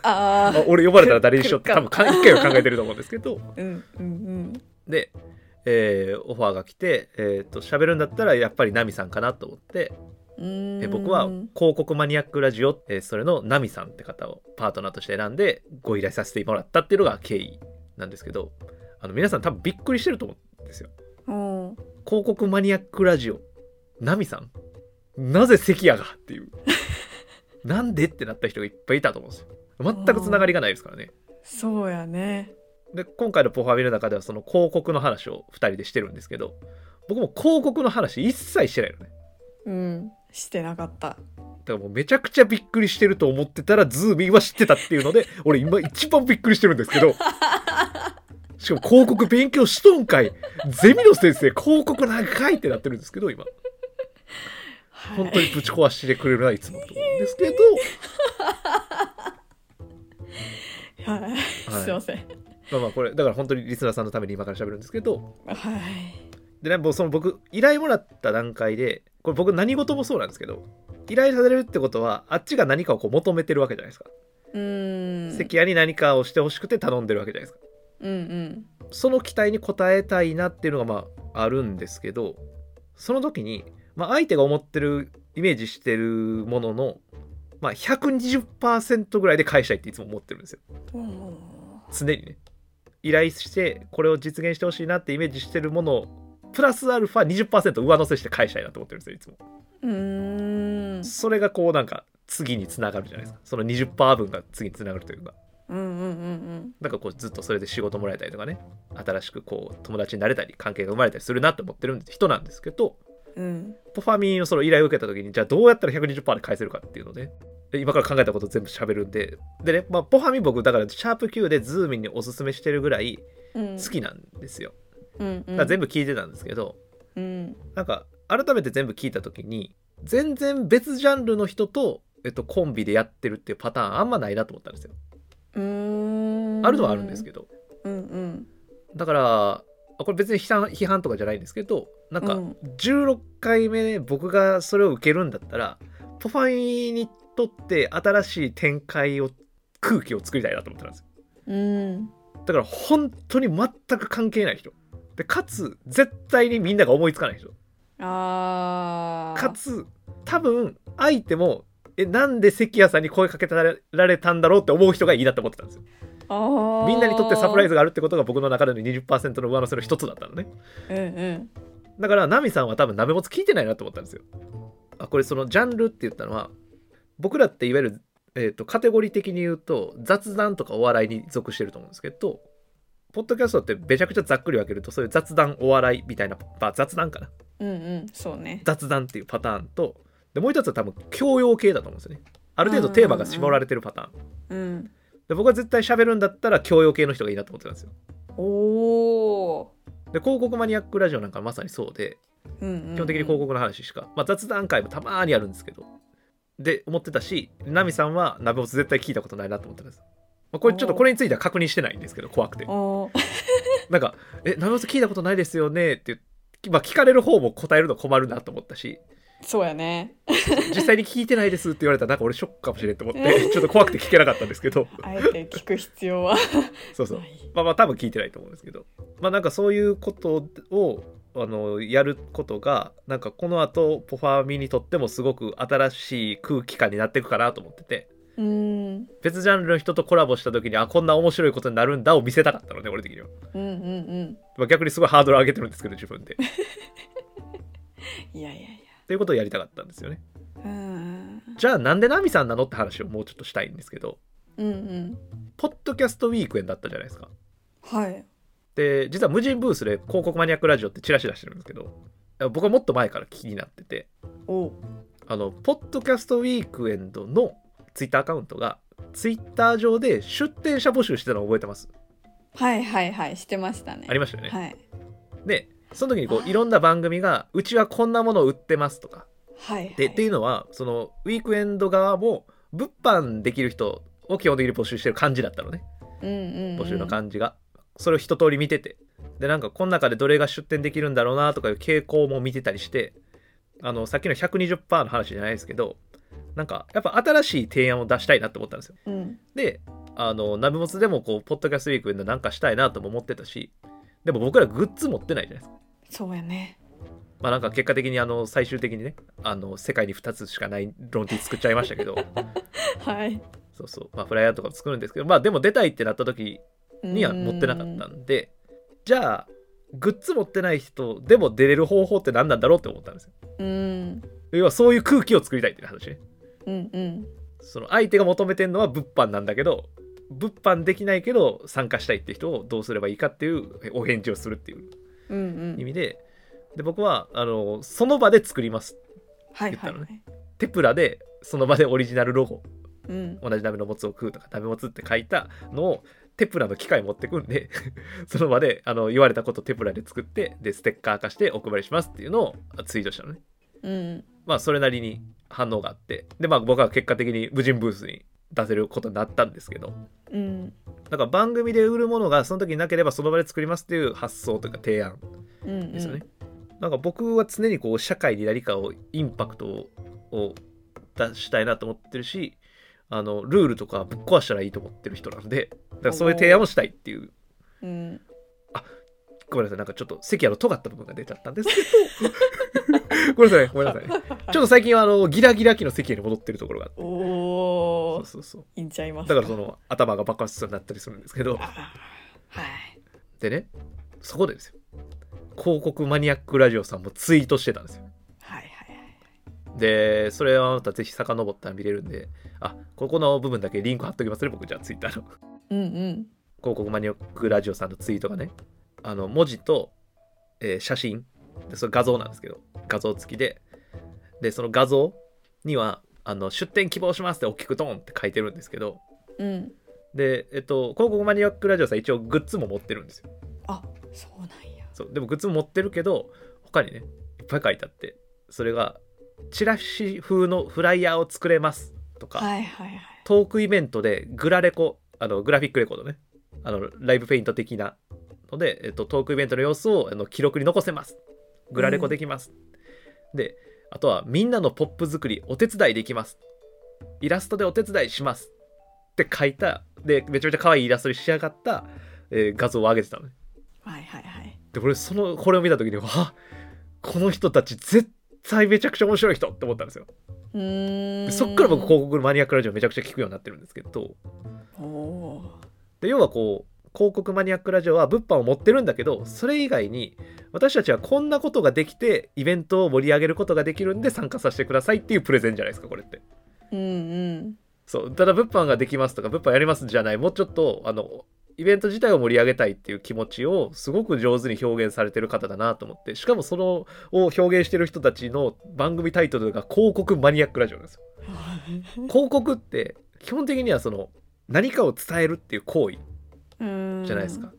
あああ俺呼ばれたら誰にしようって来多る分かか一回は考えてると思うんですけ どうんうんで、えーオファーが来てえっ、と喋るんだったらやっぱりナミさんかなと思って、うんうえん僕は広告マニアックラジオ、えーそれのナミさんって方をパートナーとして選んでご依頼させてもらったっていうのが経緯なんですけどあの皆さん多分びっくりしてると思うんですようん広告マニアックラジオナミさんなぜ関谷がっていうなんでってなった人がいっぱいいたと思うんですよ全くつながりがないですからねそうやねで今回の「ポファミ」の中ではその広告の話を2人でしてるんですけど僕も広告の話一切してないのねうんしてなかっただからもうめちゃくちゃびっくりしてると思ってたらズーミーは知ってたっていうので俺今一番びっくりしてるんですけどしかも広告勉強しとんかいゼミの先生広告長いってなってるんですけど今はい本当にぶち壊してくれるないつもと思うんです けど、はいはいすいませんまあまあこれだから本当にリスナーさんのために今から喋るんですけどはいでねもうその僕依頼もらった段階でこれ僕何事もそうなんですけど依頼されるってことはあっちが何かをこう求めてるわけじゃないですか、うん関谷に何かをしてほしくて頼んでるわけじゃないですかうんその期待に応えたいなっていうのがまああるんですけどその時に、まあ、相手が思ってるイメージしてるもののまあ、120%ぐらいで返したいっていつも思ってるんですよおー常にね依頼してこれを実現してほしいなってイメージしてるものをプラスアルファ20%上乗せして返したいなと思ってるんですよいつもうーんそれがこうなんか次につながるじゃないですかその20%分が次につながるというかうんうんうんなんかこうずっとそれで仕事もらえたりとかね新しくこう友達になれたり関係が生まれたりするなって思ってる人なんですけどうんうんポファミのその依頼を受けた時にじゃあどうやったら120%で返せるかっていうのねで今から考えたこと全部喋るんででね、まあ、ポファミ僕だからシャープ Q でズーミンにおすすめしてるぐらいうん好きなんですよ、うんうだんから全部聞いてたんですけど、うんなんか改めて全部聞いた時に全然別ジャンルの人と、えっと、コンビでやってるっていうパターンあんまないなと思ったんですようーんあるのはあるんですけど、うんうんだからあこれ別に批判批判とかじゃないんですけどなんかうん16回目僕がそれを受けるんだったらポファイにとって新しい展開を空気を作りたいなと思ったんですようんだから本当に全く関係ない人でかつ絶対にみんなが思いつかない人あーかつ多分相手もえなんで関谷さんに声かけられたんだろうって思う人がいいなって思ってたんですよあーみんなにとってサプライズがあるってことが僕の中での20%の上乗せの一つだったのねうんうんだからナミさんは多分鍋もつ聞いてないなと思ったんですよ。あこれそのジャンルって言ったのは僕らっていわゆる、えー、とカテゴリー的に言うと雑談とかお笑いに属してると思うんですけどポッドキャストってめちゃくちゃざっくり分けるとそういう雑談お笑いみたいな、まあ、雑談かなうんうんそうね雑談っていうパターンとでもう一つは多分教養系だと思うんですよね。ある程度テーマが絞られてるパターン。うんで僕は絶対喋るんだったら教養系の人がいいなと思ってたんですよ。おおで広告マニアックラジオなんかまさにそうでーうんうん基本的に広告の話しか、まあ、雑談会もたまーにあるんですけどで思ってたしナミさんは鍋ボス絶対聞いたことないなと思ってます、まあ、これちょっとこれについては確認してないんですけど怖くておーなんか「え鍋ボス聞いたことないですよね」って、まあ、聞かれる方も答えるの困るなと思ったしそうやね実際に聞いてないですって言われたらなんか俺ショックかもしれんと思ってちょっと怖くて聞けなかったんですけ どあえて聞く必要はそうそうないまあまあ多分聞いてないと思うんですけどまあなんかそういうことをあのやることがなんかこの後ポファーミにとってもすごく新しい空気感になっていくかなと思っててうん別ジャンルの人とコラボした時にあこんな面白いことになるんだを見せたかったのね俺的には、うんうんうんまあ、逆にすごいハードル上げてるんですけど自分でっいやいやいやていうことをやりたかったんですよねうんじゃあなんでナミさんなのって話をもうちょっとしたいんですけどうんうんポッドキャストウィークエンだったじゃないですかはいで実は無人ブースで広告マニアックラジオってチラシ出してるんですけど僕はもっと前から気になってておあの、ポッドキャストウィークエンドのツイッターアカウントが、ツイッター上で出展者募集してたの覚えてますはいはいはいしてましたねありましたよね。はいで、その時にこあう、ーいろんな番組が、うちはこんなものを売ってますとか。はいはいで、っていうのは、その、ウィークエンド側も、物販できる人を基本的に募集してる感じだったのね。うんうんうん募集の感じが。それを一通り見てて。で、なんか、この中でどれが出展できるんだろうなとかいう傾向も見てたりして、あの、さっきの120%の話じゃないですけど、なんか、やっぱ新しい提案を出したいなと思ったんですよ。うんであのナビモツでもこうポッドキャストウィークでなんかしたいなとも思ってたしでも僕らグッズ持ってないじゃないですか。そうやねまあなんか結果的にあの最終的にねあの世界に2つしかないロンティ作っちゃいましたけ どはいそうそうまあフライヤーとかも作るんですけどまあでも出たいってなった時には持ってなかったうんでじゃあグッズ持ってない人でも出れる方法って何なんだろうって思ったんですよん要はそういう空気を作りたいっていう話ねうんうんその相手が求めてるのは物販なんだけど物販できないけど参加したいって人をどうすればいいかっていうお返事をするっていううんうん意味でで僕はあのその場で作りますはいはい言ったのはいテプラでその場でオリジナルロゴうん同じ鍋のもつを食うとか鍋もつって書いたのをテプラの機械持ってくんで その場であの言われたことテプラで作ってでステッカー化してお配りしますっていうのをツイートしたのねうんまあそれなりに反応があってでまあ僕は結果的に無人ブースに出せることになったんですけどうんだから番組で売るものがその時になければその場で作りますっていう発想というか提案うんうんですよね。なんか僕は常にこう社会に何かをインパクトを出したいなと思ってるしあのルールとかぶっ壊したらいいと思ってる人なんでだからそういう提案をしたいっていううんごめんなさいなんかちょっと関谷の尖った部分が出ちゃったんです けどごめんなさいごめんなさいちょっと最近はあのギラギラ期の関谷に戻ってるところがあっておそとうそうそういいんちゃいますだからその頭が爆発しそうになったりするんですけどはいでねそこでですよ広告マニアックラジオさんもツイートしてたんですよはいはいでそれはまたぜひ遡ったら見れるんであここの部分だけリンク貼っときますね僕じゃあツイッターの うんうん広告マニアックラジオさんのツイートがねあの文字と、えー写真でそれ画像なんですけど画像付きででその画像にはあの出店希望しますって大きくドンって書いてるんですけどうんで、えっと、広告マニアックラジオさん一応グッズも持ってるんですよあそうなんやそうでもグッズも持ってるけど他にねいっぱい書いてあってそれが「チラシ風のフライヤーを作れます」とか、はいはいはいトークイベントでグラレコあのグラフィックレコードねあのライブペイント的なので、えっと、トークイベントの様子をあの記録に残せますグラレコできます、であとはみんなのポップ作りお手伝いできますイラストでお手伝いしますって書いたでめちゃめちゃ可愛いイラストに仕上がった、えー画像を上げてたのねはいはいはいで俺そのこれを見た時にわこの人たち絶対めちゃくちゃ面白い人って思ったんですようーでんそっから僕広告マニアックラジオめちゃくちゃ聞くようになってるんですけどおおで要はこう広告マニアックラジオは物販を持ってるんだけどそれ以外に私たちはこんなことができてイベントを盛り上げることができるんで参加させてくださいっていうプレゼンじゃないですかこれって。うんうんそうただ物販ができますとか物販やりますじゃないもうちょっとあのイベント自体を盛り上げたいっていう気持ちをすごく上手に表現されてる方だなと思ってしかもそのを表現してる人たちの番組タイトルが広告マニアックラジオなんですよ。広告って基本的にはその何かを伝えるっていう行為うーんじゃないですか。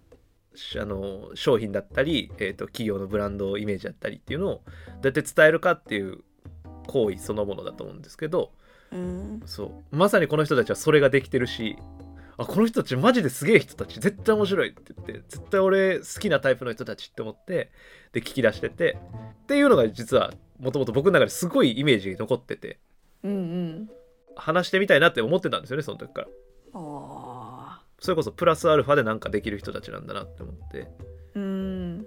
しあの商品だったり、えー、と企業のブランドイメージだったりっていうのをどうやって伝えるかっていう行為そのものだと思うんですけどうんそうまさにこの人たちはそれができてるしあこの人たちマジですげえ人たち絶対面白いって言って絶対俺好きなタイプの人たちって思ってで聞き出しててっていうのが実はもともと僕の中ですごいイメージに残っててうんうん話してみたいなって思ってたんですよねその時からあそれこそプラスアルファでなんかできる人たちなんだなって思ってーうん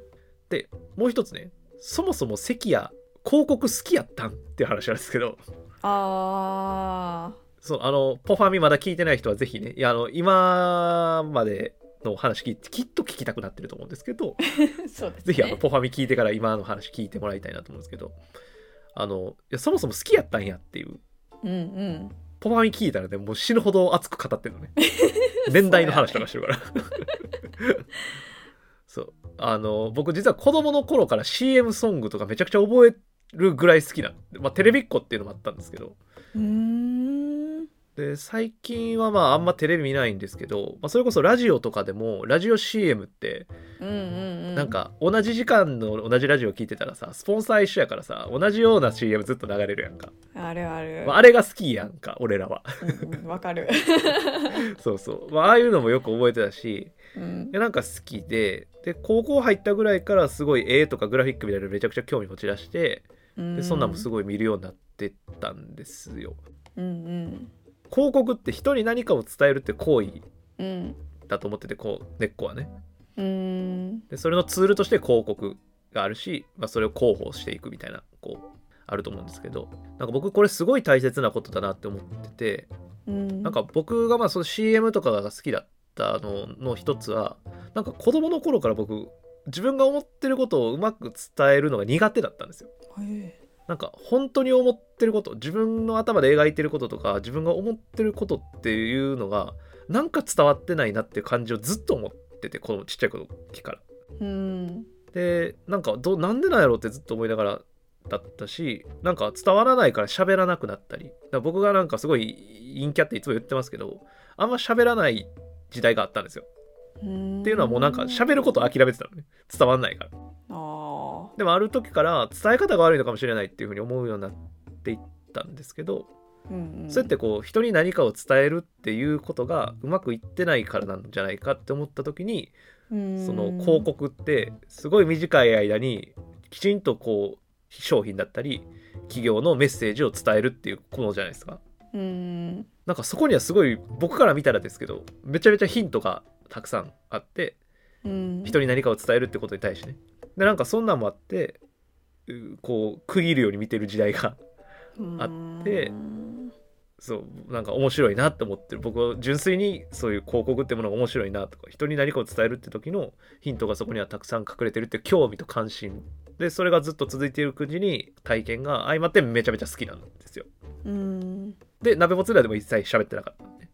もう一つねそもそも関谷広告好きやったんっていう話なんですけどあそうあのポファミまだ聞いてない人はぜひねいやあの今までの話聞いてきっと聞きたくなってると思うんですけどー そうですねぜひあのポファミ聞いてから今の話聞いてもらいたいなと思うんですけどあのいやそもそも好きやったんやっていううんうんポファミ聞いたらねもう死ぬほど熱く語ってる のね年代の話とかしてるからそうあの僕実は子供の頃から CM ソングとかめちゃくちゃ覚えるぐらい好きな、まあ、テレビっ子っていうのもあったんですけどうーんで最近はまああんまテレビ見ないんですけど、まあ、それこそラジオとかでもラジオ CM ってうんうんうんなんか同じ時間の同じラジオ聞いてたらさスポンサー一緒やからさ同じような CM ずっと流れるやんか、あるあるまあ、あれが好きやんか俺らはうんうんわか るそうそう、まあ、ああいうのもよく覚えてたしうんでなんか好きでで高校入ったぐらいからすごい絵とかグラフィックみたいなのめちゃくちゃ興味持ち出してでそんなんもすごごい見るようになってったんですよ。うんうん広告って人に何かを伝えるって行為うんだと思っててこう根っこはねうんでそれのツールとして広告があるし、まあ、それを広報していくみたいなこうあると思うんですけどなんか僕これすごい大切なことだなって思っててうんなんか僕がまあその CM とかが好きだったのの一つはなんか子供の頃から僕自分が思ってることをうまく伝えるのが苦手だったんですよ。へなんか本当に思ってること自分の頭で描いてることとか自分が思ってることっていうのがなんか伝わってないなっていう感じをずっと思っててこのちっちゃい時から。えうんでなんかどなんでなんやろうってずっと思いながらだったしなんか伝わらないから喋らなくなったりだから僕がなんかすごい陰キャっていつも言ってますけどあんま喋らない時代があったんですようんっていうのはもうなんか喋ることを諦めてたのね伝わんないからあでもある時から伝え方が悪いのかもしれないっていうふうに思うようになっていったんですけどーうんうんそうやってこう人に何かを伝えるっていうことがうまくいってないからなんじゃないかって思った時にうんその広告ってすごい短い間にきちんとこう商品だったり企業のメッセージを伝えるっていうものじゃないですかうんなんかそこにはすごい僕から見たらですけどめちゃめちゃヒントがたくさんあってうん人に何かを伝えるってことに対してねでなんかそんなんもあってうこう区切るように見てる時代がうんあってそうなんか面白いなって思ってる僕は純粋にそういう広告ってものが面白いなとか人に何かを伝えるって時のヒントがそこにはたくさん隠れてるっていう興味と関心でそれがずっと続いているうちに体験が相まってめちゃめちゃ好きなんですようんで鍋もつらでも一切喋ってなかったんで、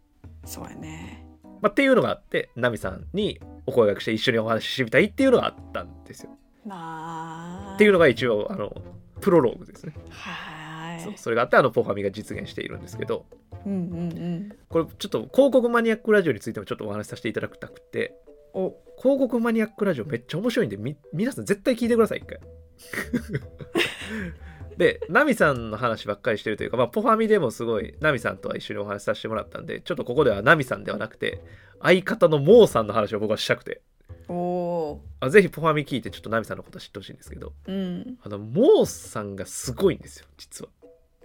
そうやねまあ、っていうのがあってナミさんにお声がけして一緒にお話ししてみたいっていうのがあったんですよなあっていうのが一応あのプロローグですねはーいそうそれがあってあのポファミが実現しているんですけどうんうんうんこれちょっと広告マニアックラジオについてもちょっとお話しさせていただきたくてお広告マニアックラジオめっちゃ面白いんでみ皆さん絶対聞いてください一回でナミさんの話ばっかりしてるというか、まあ、ポファミでもすごいナミさんとは一緒にお話しさせてもらったんでちょっとここではナミさんではなくて相方のモーさんの話を僕はしたくておあぜひポファミ聞いてちょっとナミさんのこと知ってほしいんですけどーうんあのモーさんがすごいんですよ実は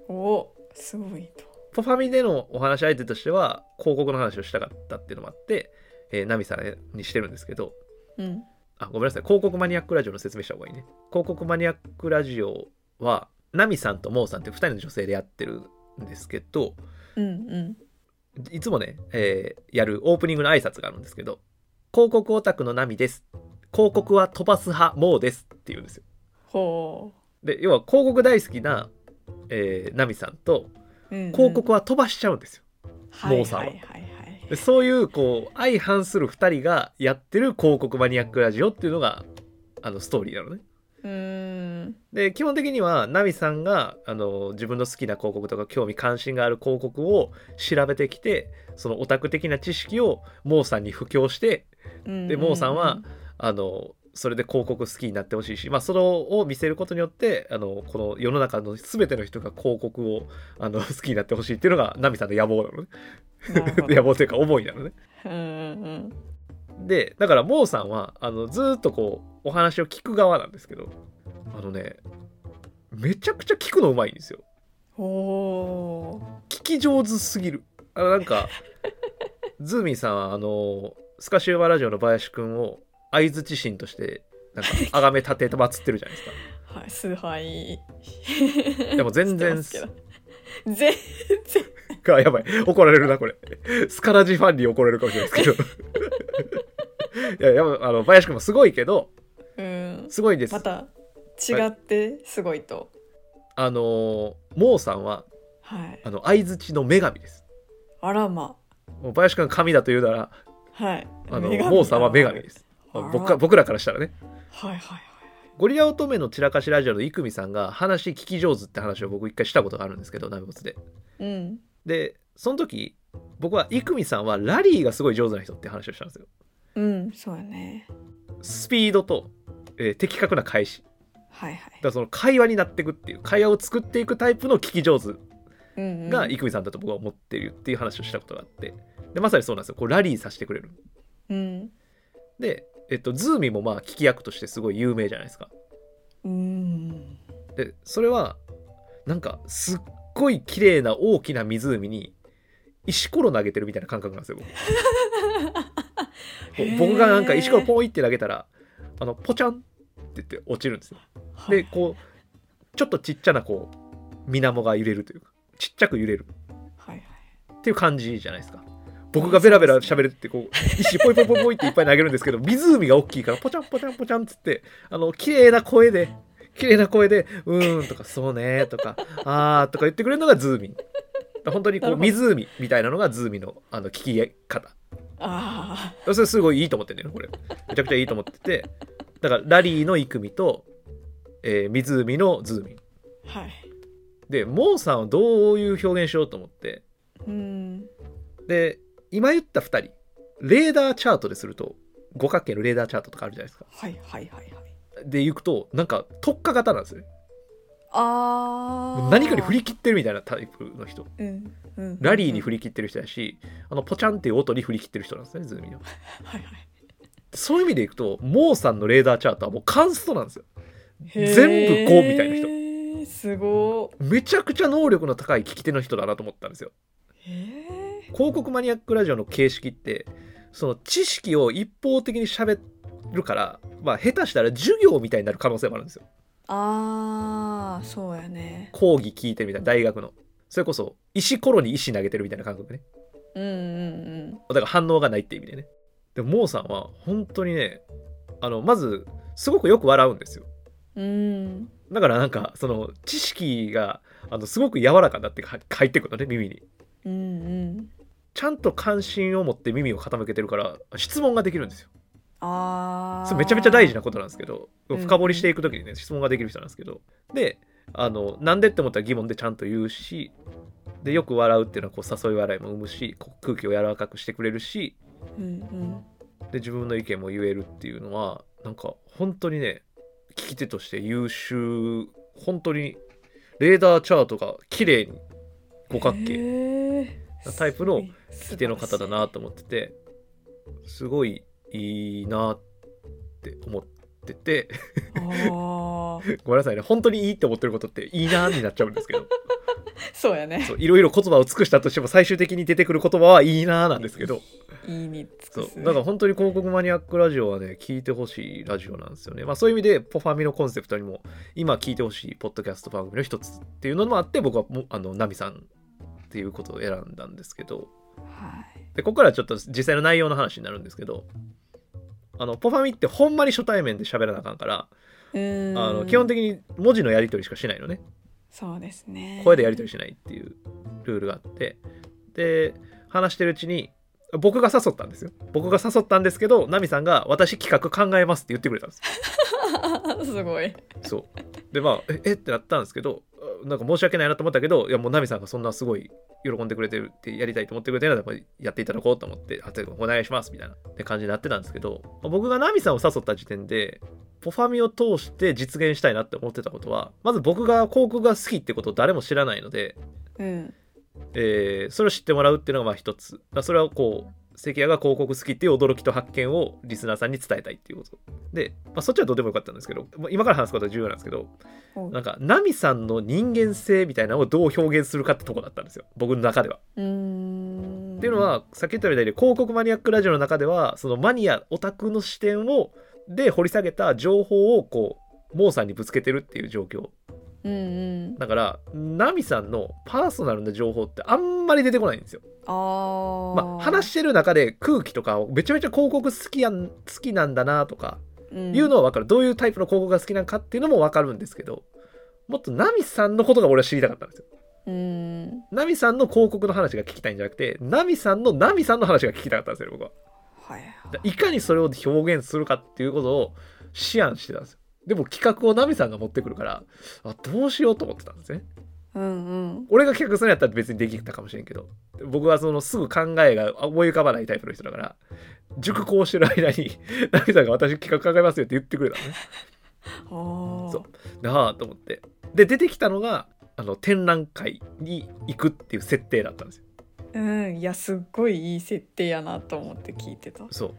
おすごいとポファミでのお話し相手としては広告の話をしたかったっていうのもあって、えーナミさんにしてるんですけどうんあごめんなさい広告マニアックラジオの説明した方がいいね広告マニアックラジオはナミさんとモーさんって2人の女性でやってるんですけどうんうんいつもね、えーやるオープニングの挨拶があるんですけど広告オタクのナミです広告は飛ばす派モーですって言うんですよほで要は広告大好きな、えーナミさんとう、うんうん広告は飛ばしちゃうんですよはいモーさんははいはいはいでそういうこう相反する2人がやってる広告マニアックラジオっていうのがあのストーリーなのね。うーんで基本的にはナミさんがあの自分の好きな広告とか興味関心がある広告を調べてきてそのオタク的な知識をモーさんに布教してででモーさんはあのそれで広告好きになってほしいし、まあ、それを見せることによってあのこの世の中の全ての人が広告をあの好きになってほしいっていうのがナミさんの野望なのね 野望というか思いなのね。うんうんでだからモーさんはあのずーっとこうお話を聞く側なんですけどあのねめちゃくちゃ聞くのうまいんですようんおー聞き上手すぎるあのなん かズーミンさんはあのスカシウマラジオの林くんを相槌神としてなんか崇め立て祀ってるじゃないですかはい崇拝でも全然 してますけど全然 がやばい怒られるなこれスカラジファンに怒られるかもしれないですけど いややばあの林くんもすごいけどうんすごいんです、また違ってすごいとあのモーさんははいあの相槌の女神ですあらまもう林くんが神だと言うなら、はいあの、女神モーさんは女神です。あら僕か僕らからしたらね。はいはいはいゴリラ乙女の散らかしラジオの生見さんが話聞き上手って話を僕一回したことがあるんですけど、ナメボツで。うんで、その時、僕は生見さんはラリーがすごい上手な人って話をしたんですよ。うんそうやねスピードと、えー的確な返し。はいはだいからその会話になっていくっていう、会話を作っていくタイプの聞き上手うんうんが生見さんだと僕は思ってるっていう話をしたことがあって。で、まさにそうなんですよ。こうラリーさせてくれる。うんで、えっと、ズーミもまあ聞き役としてすごい有名じゃないですか。うんでそれはなんかすっごい綺麗な大きな湖に石ころ投げてるみたいな感覚なんですよ僕へこーう僕がなんか石ころポンイって投げたらあのポチャンって言って落ちるんですよはいでこうちょっとちっちゃなこう水面が揺れるというかちっちゃく揺れるはいはいっていう感じじゃないですか僕がベラベラ喋るってこう石ポイポイポイポイっていっぱい投げるんですけど湖が大きいからポチャンポチャンポチャンっつってあの綺麗な声で綺麗な声で「うーん」とか「そうね」とか「あー」とか言ってくれるのがズーミン本当にこなるうほど湖みたいなのがズーミンのあの聞き方あそれすごいいいと思ってんだよねこれめちゃくちゃいいと思っててだからラリーのイクミと、えー湖のズーミンあはいでモーさんをどういう表現しようと思ってうんで今言った2人レーダーチャートですると五角形のレーダーチャートとかあるじゃないですかはいはいはいはいで行くとなんか特化型なんですよねあー何かに振り切ってるみたいなタイプの人うんうんラリーに振りり切ってる人だしあのポチャンっていう音に振り切ってる人なんですねズーミンははいはいそういう意味でいくとモーさんのレーダーチャートはもうカンストなんですよへー全部こうみたいな人すごめちゃくちゃ能力の高い聞き手の人だなと思ったんですよいへ広告マニアックラジオの形式ってその知識を一方的に喋るからまあ下手したら授業みたいになる可能性もあるんですよあーそうやね講義聞いてみたいな大学のそれこそ石ころに石投げてるみたいな感覚ねうんうんだから反応がないって意味でねでもモーさんは本当にねあのまずすごくよく笑うんですようんうんだからなんかその知識があのすごく柔らかになってか入ってくるのね耳にうんうんちゃんと関心を持って耳を傾けてるから質問ができるんですよあーそれめちゃめちゃ大事なことなんですけどうん深掘りしていく時にね質問ができる人なんですけどであのなんでって思ったら疑問でちゃんと言うしでよく笑うっていうのはこう誘い笑いも生むしこう空気を柔らかくしてくれるしうんで自分の意見も言えるっていうのはなんか本当にね聞き手として優秀本当にレーダーチャートが綺麗にうん五角形形なタイプの聞き手の方だなと思っててすごいいいなって思ってて。あーごめんなさいね本当にいいって思ってることっていいなーになっちゃうんですけど そうやねそういろいろ言葉を尽くしたとしても最終的に出てくる言葉はいいなーなんですけどいいに尽そくうすだから本当に広告マニアックラジオはね聞いてほしいラジオなんですよね、まあ、そういう意味でポファミのコンセプトにも今聞いてほしいポッドキャスト番組の一つっていうのもあって僕はもうあのナミさんっていうことを選んだんですけどはいでここからはちょっと実際の内容の話になるんですけどあのポファミってほんまに初対面で喋らなあかんからうーんあの基本的に文字のやり取りしかしないのねそうですね声でやり取りしないっていうルールがあってで話してるうちに僕が誘ったんですよ僕が誘ったんですけどナミさんが「私企画考えます」って言ってくれたんです すごいそうでまあええってなったんですけどあなんか申し訳ないなと思ったけどいやもうナミさんがそんなすごい喜んでくれてるってやりたいと思ってくれてるならやっぱりやっていただこうと思って「あてお願いします」みたいなって感じになってたんですけど僕がナミさんを誘った時点でポファミを通して実現したいなって思ってたことはまず僕が広告が好きってことを誰も知らないのでうんえーそれを知ってもらうっていうのがまあ一つまあそれはこう関谷が広告好きっていう驚きと発見をリスナーさんに伝えたいっていうことで、まあ、そっちはどうでもよかったんですけどまあ今から話すことは重要なんですけどおなんかナミさんの人間性みたいなのをどう表現するかってとこだったんですよ僕の中では。うーんっていうのはさっき言ったみたいに広告マニアックラジオの中ではそのマニアオタクの視点をで掘り下げた情報をこうモーさんにぶつけてるっていう状況うんうんだからナミさんのパーソナルな情報ってあんまり出てこないんですよ。あーまあ、話してる中で空気とかをめちゃめちゃ広告好きやん好きなんだなとかうんいうのは分かる、どういうタイプの広告が好きなのかっていうのも分かるんですけどもっとナミさんのことが俺は知りたかったんですよ。うんナミさんの広告の話が聞きたいんじゃなくてナミさんのナミさんの話が聞きたかったんですよ僕は。はいだいかにそれを表現するかっていうことを思案してたんですよ。でも企画をナミさんが持ってくるからあどうしようと思ってたんですね。うんうん俺が企画するんやったら別にできたかもしれんけど僕はそのすぐ考えが思い浮かばないタイプの人だから熟考してる間に ナミさんが私企画考えますよって言ってくれたのねあーそうなあと思ってで出てきたのがあの展覧会に行くっていう設定だったんですようんいやすっごいいい設定やなと思って聞いてたそ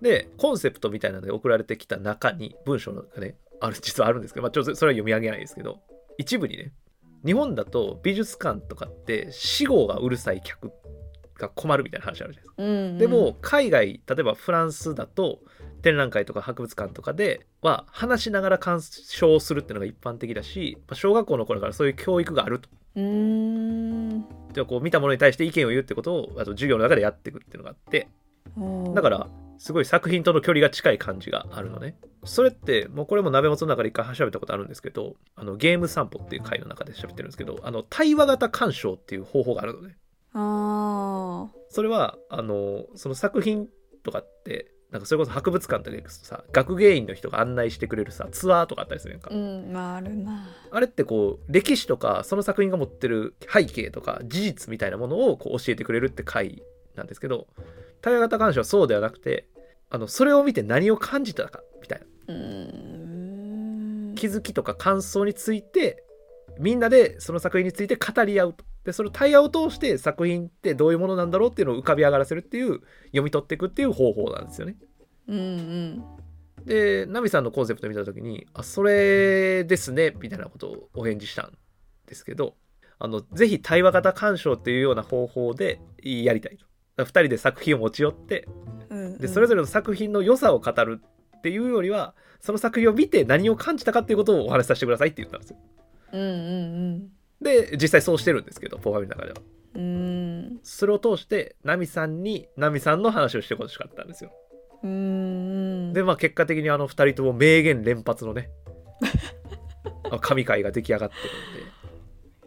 うでコンセプトみたいなので送られてきた中に文章がねある実はあるんですけど、まあ、ちょっとそれは読み上げないですけど一部にね日本だと美術館とかって死後がうるさい客が困るみたいな話あるじゃないですかうんうんでも海外例えばフランスだと展覧会とか博物館とかでは話しながら鑑賞するっていうのが一般的だしまあ小学校の頃からそういう教育があると。うーんでこう見たものに対して意見を言うってことをあと授業の中でやっていくっていうのがあっておーだからすごい作品との距離が近い感じがあるのねそれってもうこれも鍋元の中で一回喋ったことあるんですけどあのゲーム散歩っていう回の中で喋ってるんですけどあの対話型鑑賞っていう方法があるのねあそれはあのその作品とかってなんかそれこそ博物館とか行くとさ学芸員の人が案内してくれるさツアーとかあったりするやんか、あうんまああるなあれってこう歴史とかその作品が持ってる背景とか事実みたいなものをこう教えてくれるって回なんですけど対話型鑑賞はそうではなくてあのそれを見て何を感じたかみたいなうーん気づきとか感想についてみんなでその作品について語り合うとでその対話を通して作品ってどういうものなんだろうっていうのを浮かび上がらせるっていう読み取っていくっていう方法なんですよね。うんうんでナミさんのコンセプト見た時に「あそれですね」みたいなことをお返事したんですけどあのぜひ対話型鑑賞っていうような方法でやりたいと。2人で作品を持ち寄ってうんうんでそれぞれの作品の良さを語るっていうよりはその作品を見て何を感じたかっていうことをお話しさせてくださいって言ったんですよ。うんうんで実際そうしてるんですけどポーファミの中ではうーんそれを通してナミさんにナミさんの話をしてほしかったんですようーんでまあ結果的にあの2人とも名言連発のねあ神回が出来上がって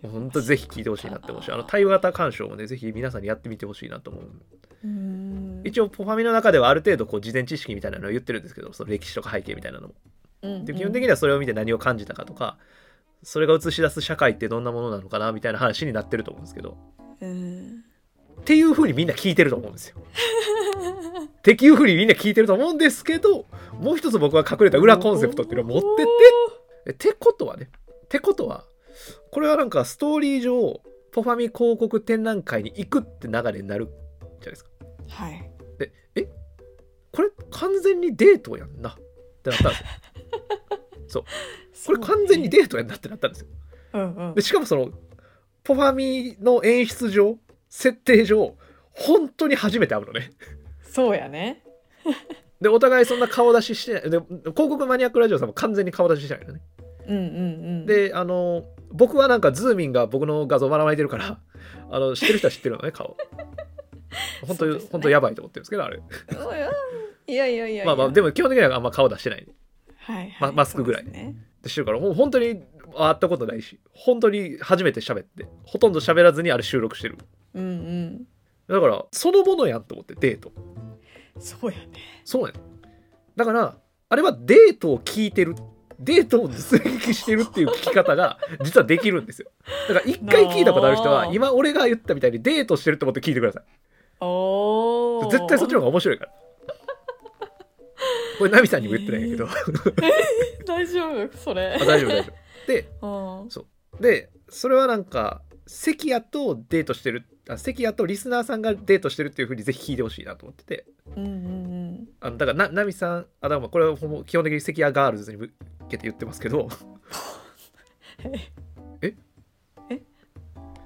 るんで本当ぜひ聞いてほしいなって思うしあの対話型鑑賞もねぜひ皆さんにやってみてほしいなと思ううーん一応ポファミの中ではある程度こう事前知識みたいなのを言ってるんですけどその歴史とか背景みたいなのもうんで基本的にはそれを見て何を感じたかとかそれが映し出す社会ってどんなものなのかなみたいな話になってると思うんですけどうんっていうふうにみんな聞いてると思うんですよ。 っていうふうにみんな聞いてると思うんですけどもう一つ僕が隠れた裏コンセプトっていうのを持っててってことはねってことはこれはなんかストーリー上ポファミ広告展覧会に行くって流れになるじゃないですか。はいこれ完全にデートやんなってなったんですよ。これ完全にデートやんなってなったんですよ。うんうんでしかもそのポファミの演出上設定上本当に初めて会うのね。そうやねでお互いそんな顔出ししてないで広告マニアックラジオさんも完全に顔出ししてないのね。うんうんうんであの僕はなんかズーミンが僕の画像ばらまいてるからあの知ってる人は知ってるのね 顔。本当、そうですね本当やばいと思ってるんですけどあれおいおいいやいやいやいやまあまあでも基本的にはあんま顔出してないはいはいママスクぐらいそうですねってしてるからもう本当に会ったことないし本当に初めて喋ってほとんど喋らずにあれ収録してるうんうんだからそのものやんと思ってデートそうやねそうやんだからあれはデートを聞いてるデートを実撃してるっていう聞き方が 実はできるんですよだから一回聞いたことある人なはあ今俺が言ったみたいにデートしてると思って聞いてくださいおお絶対そっちの方が面白いからこれナミさんにも言ってないんやけど大丈夫それあ大丈夫大丈夫で うんでそれはなんか関谷とデートしてるあ関谷とリスナーさんがデートしてるっていうふうにぜひ聞いてほしいなと思っててうんうんあのだからなナミさんあだからまあこれはほんま基本的に関谷ガールズに向けて言ってますけ どええ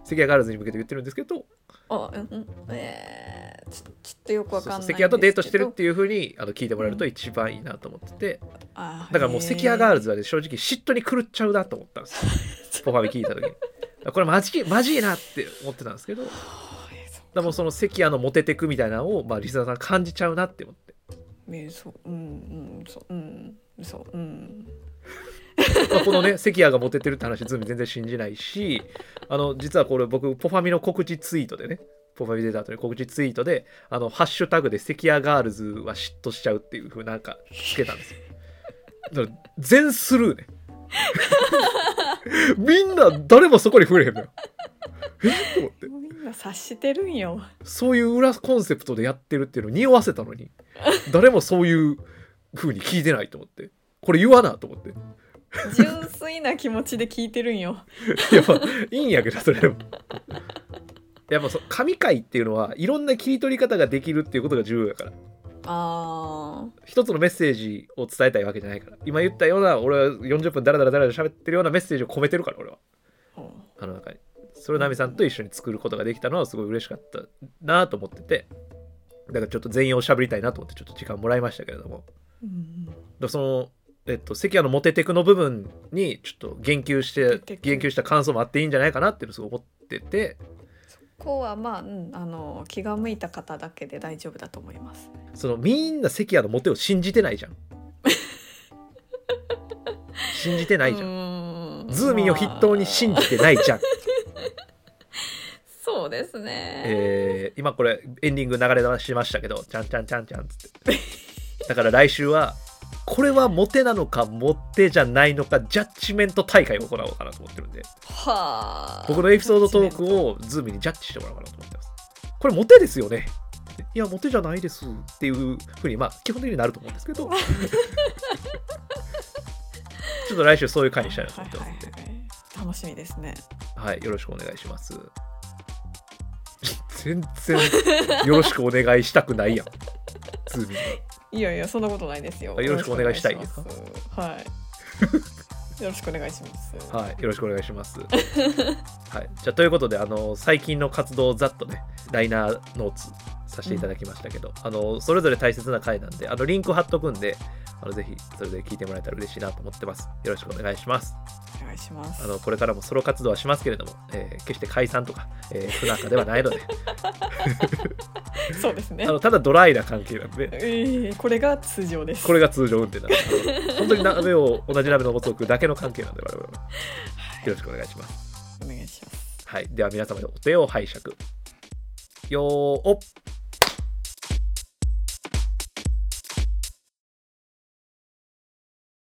関谷ガールズに向けて言ってるんですけどあうんうんえー、ちょちょっとよくわかんないんですけ関谷どとデートしてるっていうふうにあの聞いてもらえると一番いいなと思ってて、あーだからもう関谷ガールへズはね正直嫉妬に狂っちゃうなと思ったん ですよポファミ聞いた時にこれマジマジいなって思ってたんですけどーそだからもうその関谷のモテテクみたいなのを、まあ、リスナーさん感じちゃうなって思って、うえーそううんうんそううんそううんまあ、このね 関谷がモテてるって話ズーム全然信じないしあの実はこれ僕ポファミの告知ツイートでねポファミ出た後に告知ツイートで「あのハッシュタグで関谷ガールズは嫉妬しちゃう」っていう風なんかつけたんですよ。だから全スルーね みんな誰もそこに触れへんのよ。えっと思ってみんな察してるんよそういう裏コンセプトでやってるっていうのを匂わせたのに誰もそういう風に聞いてないと思ってこれ言わなと思って純粋な気持ちで聞いてるんよい やまあいいんやけどそれでもやっぱそ神回っていうのはいろんな切り取り方ができるっていうことが重要やからあ一つのメッセージを伝えたいわけじゃないから今言ったような俺は40分ダラダラダラダラ喋ってるようなメッセージを込めてるから俺はーあの中にそれをナミさんと一緒に作ることができたのはすごい嬉しかったなと思っててだからちょっと全員を喋りたいなと思ってちょっと時間もらいましたけれどもうんだからそのえっと関谷のモテテクの部分にちょっと言及してテテク言及した感想もあっていいんじゃないかなっていうのをすごい思っててこうはまあ、うん、あの気が向いた方だけで大丈夫だと思いますそのみんな関谷のモテを信じてないじゃん信じてないじゃん、んズーミンを筆頭に信じてないじゃん、そうですねえー今これエンディング流れ出しましたけどちゃんちゃんちゃんちゃんっつってだから来週はこれはモテなのかモテじゃないのかジャッジメント大会を行おうかなと思ってるんではあ僕のエピソードトークをズームにジャッジしてもらおうかなと思ってます。これモテですよね。いや、モテじゃないですっていうふうに、まあ、基本的になると思うんですけど、 ちょっと来週そういう回にしたいなと思ってますんで、はいはいはい楽しみですねはい、よろしくお願いします。全然、よろしくお願いしたくないやん。ズーミンがいやいやそんなことないですよあよろしくお願いしたいよろしくお願いしますはいよろしくお願いします。 はい、よろしくお願いします。 はい、じゃあということであの最近の活動をざっとねライナーノーツさせていただきましたけど、あのそれぞれ大切な回なんであのリンク貼っとくんであのぜひそれで聞いてもらえたら嬉しいなと思ってます。よろしくお願いします。お願いします。あのこれからもソロ活動はしますけれども、えー決して解散とか、えー不仲ではない のでそうですねあ。のただドライな関係なんで。えーこれが通常です。これが通常運転なのであの本当に鍋を同じ鍋の持つ置くだけの関係なんで我々はよろしくお願いします。お願いします。はい、では皆様のお手を拝借。よーお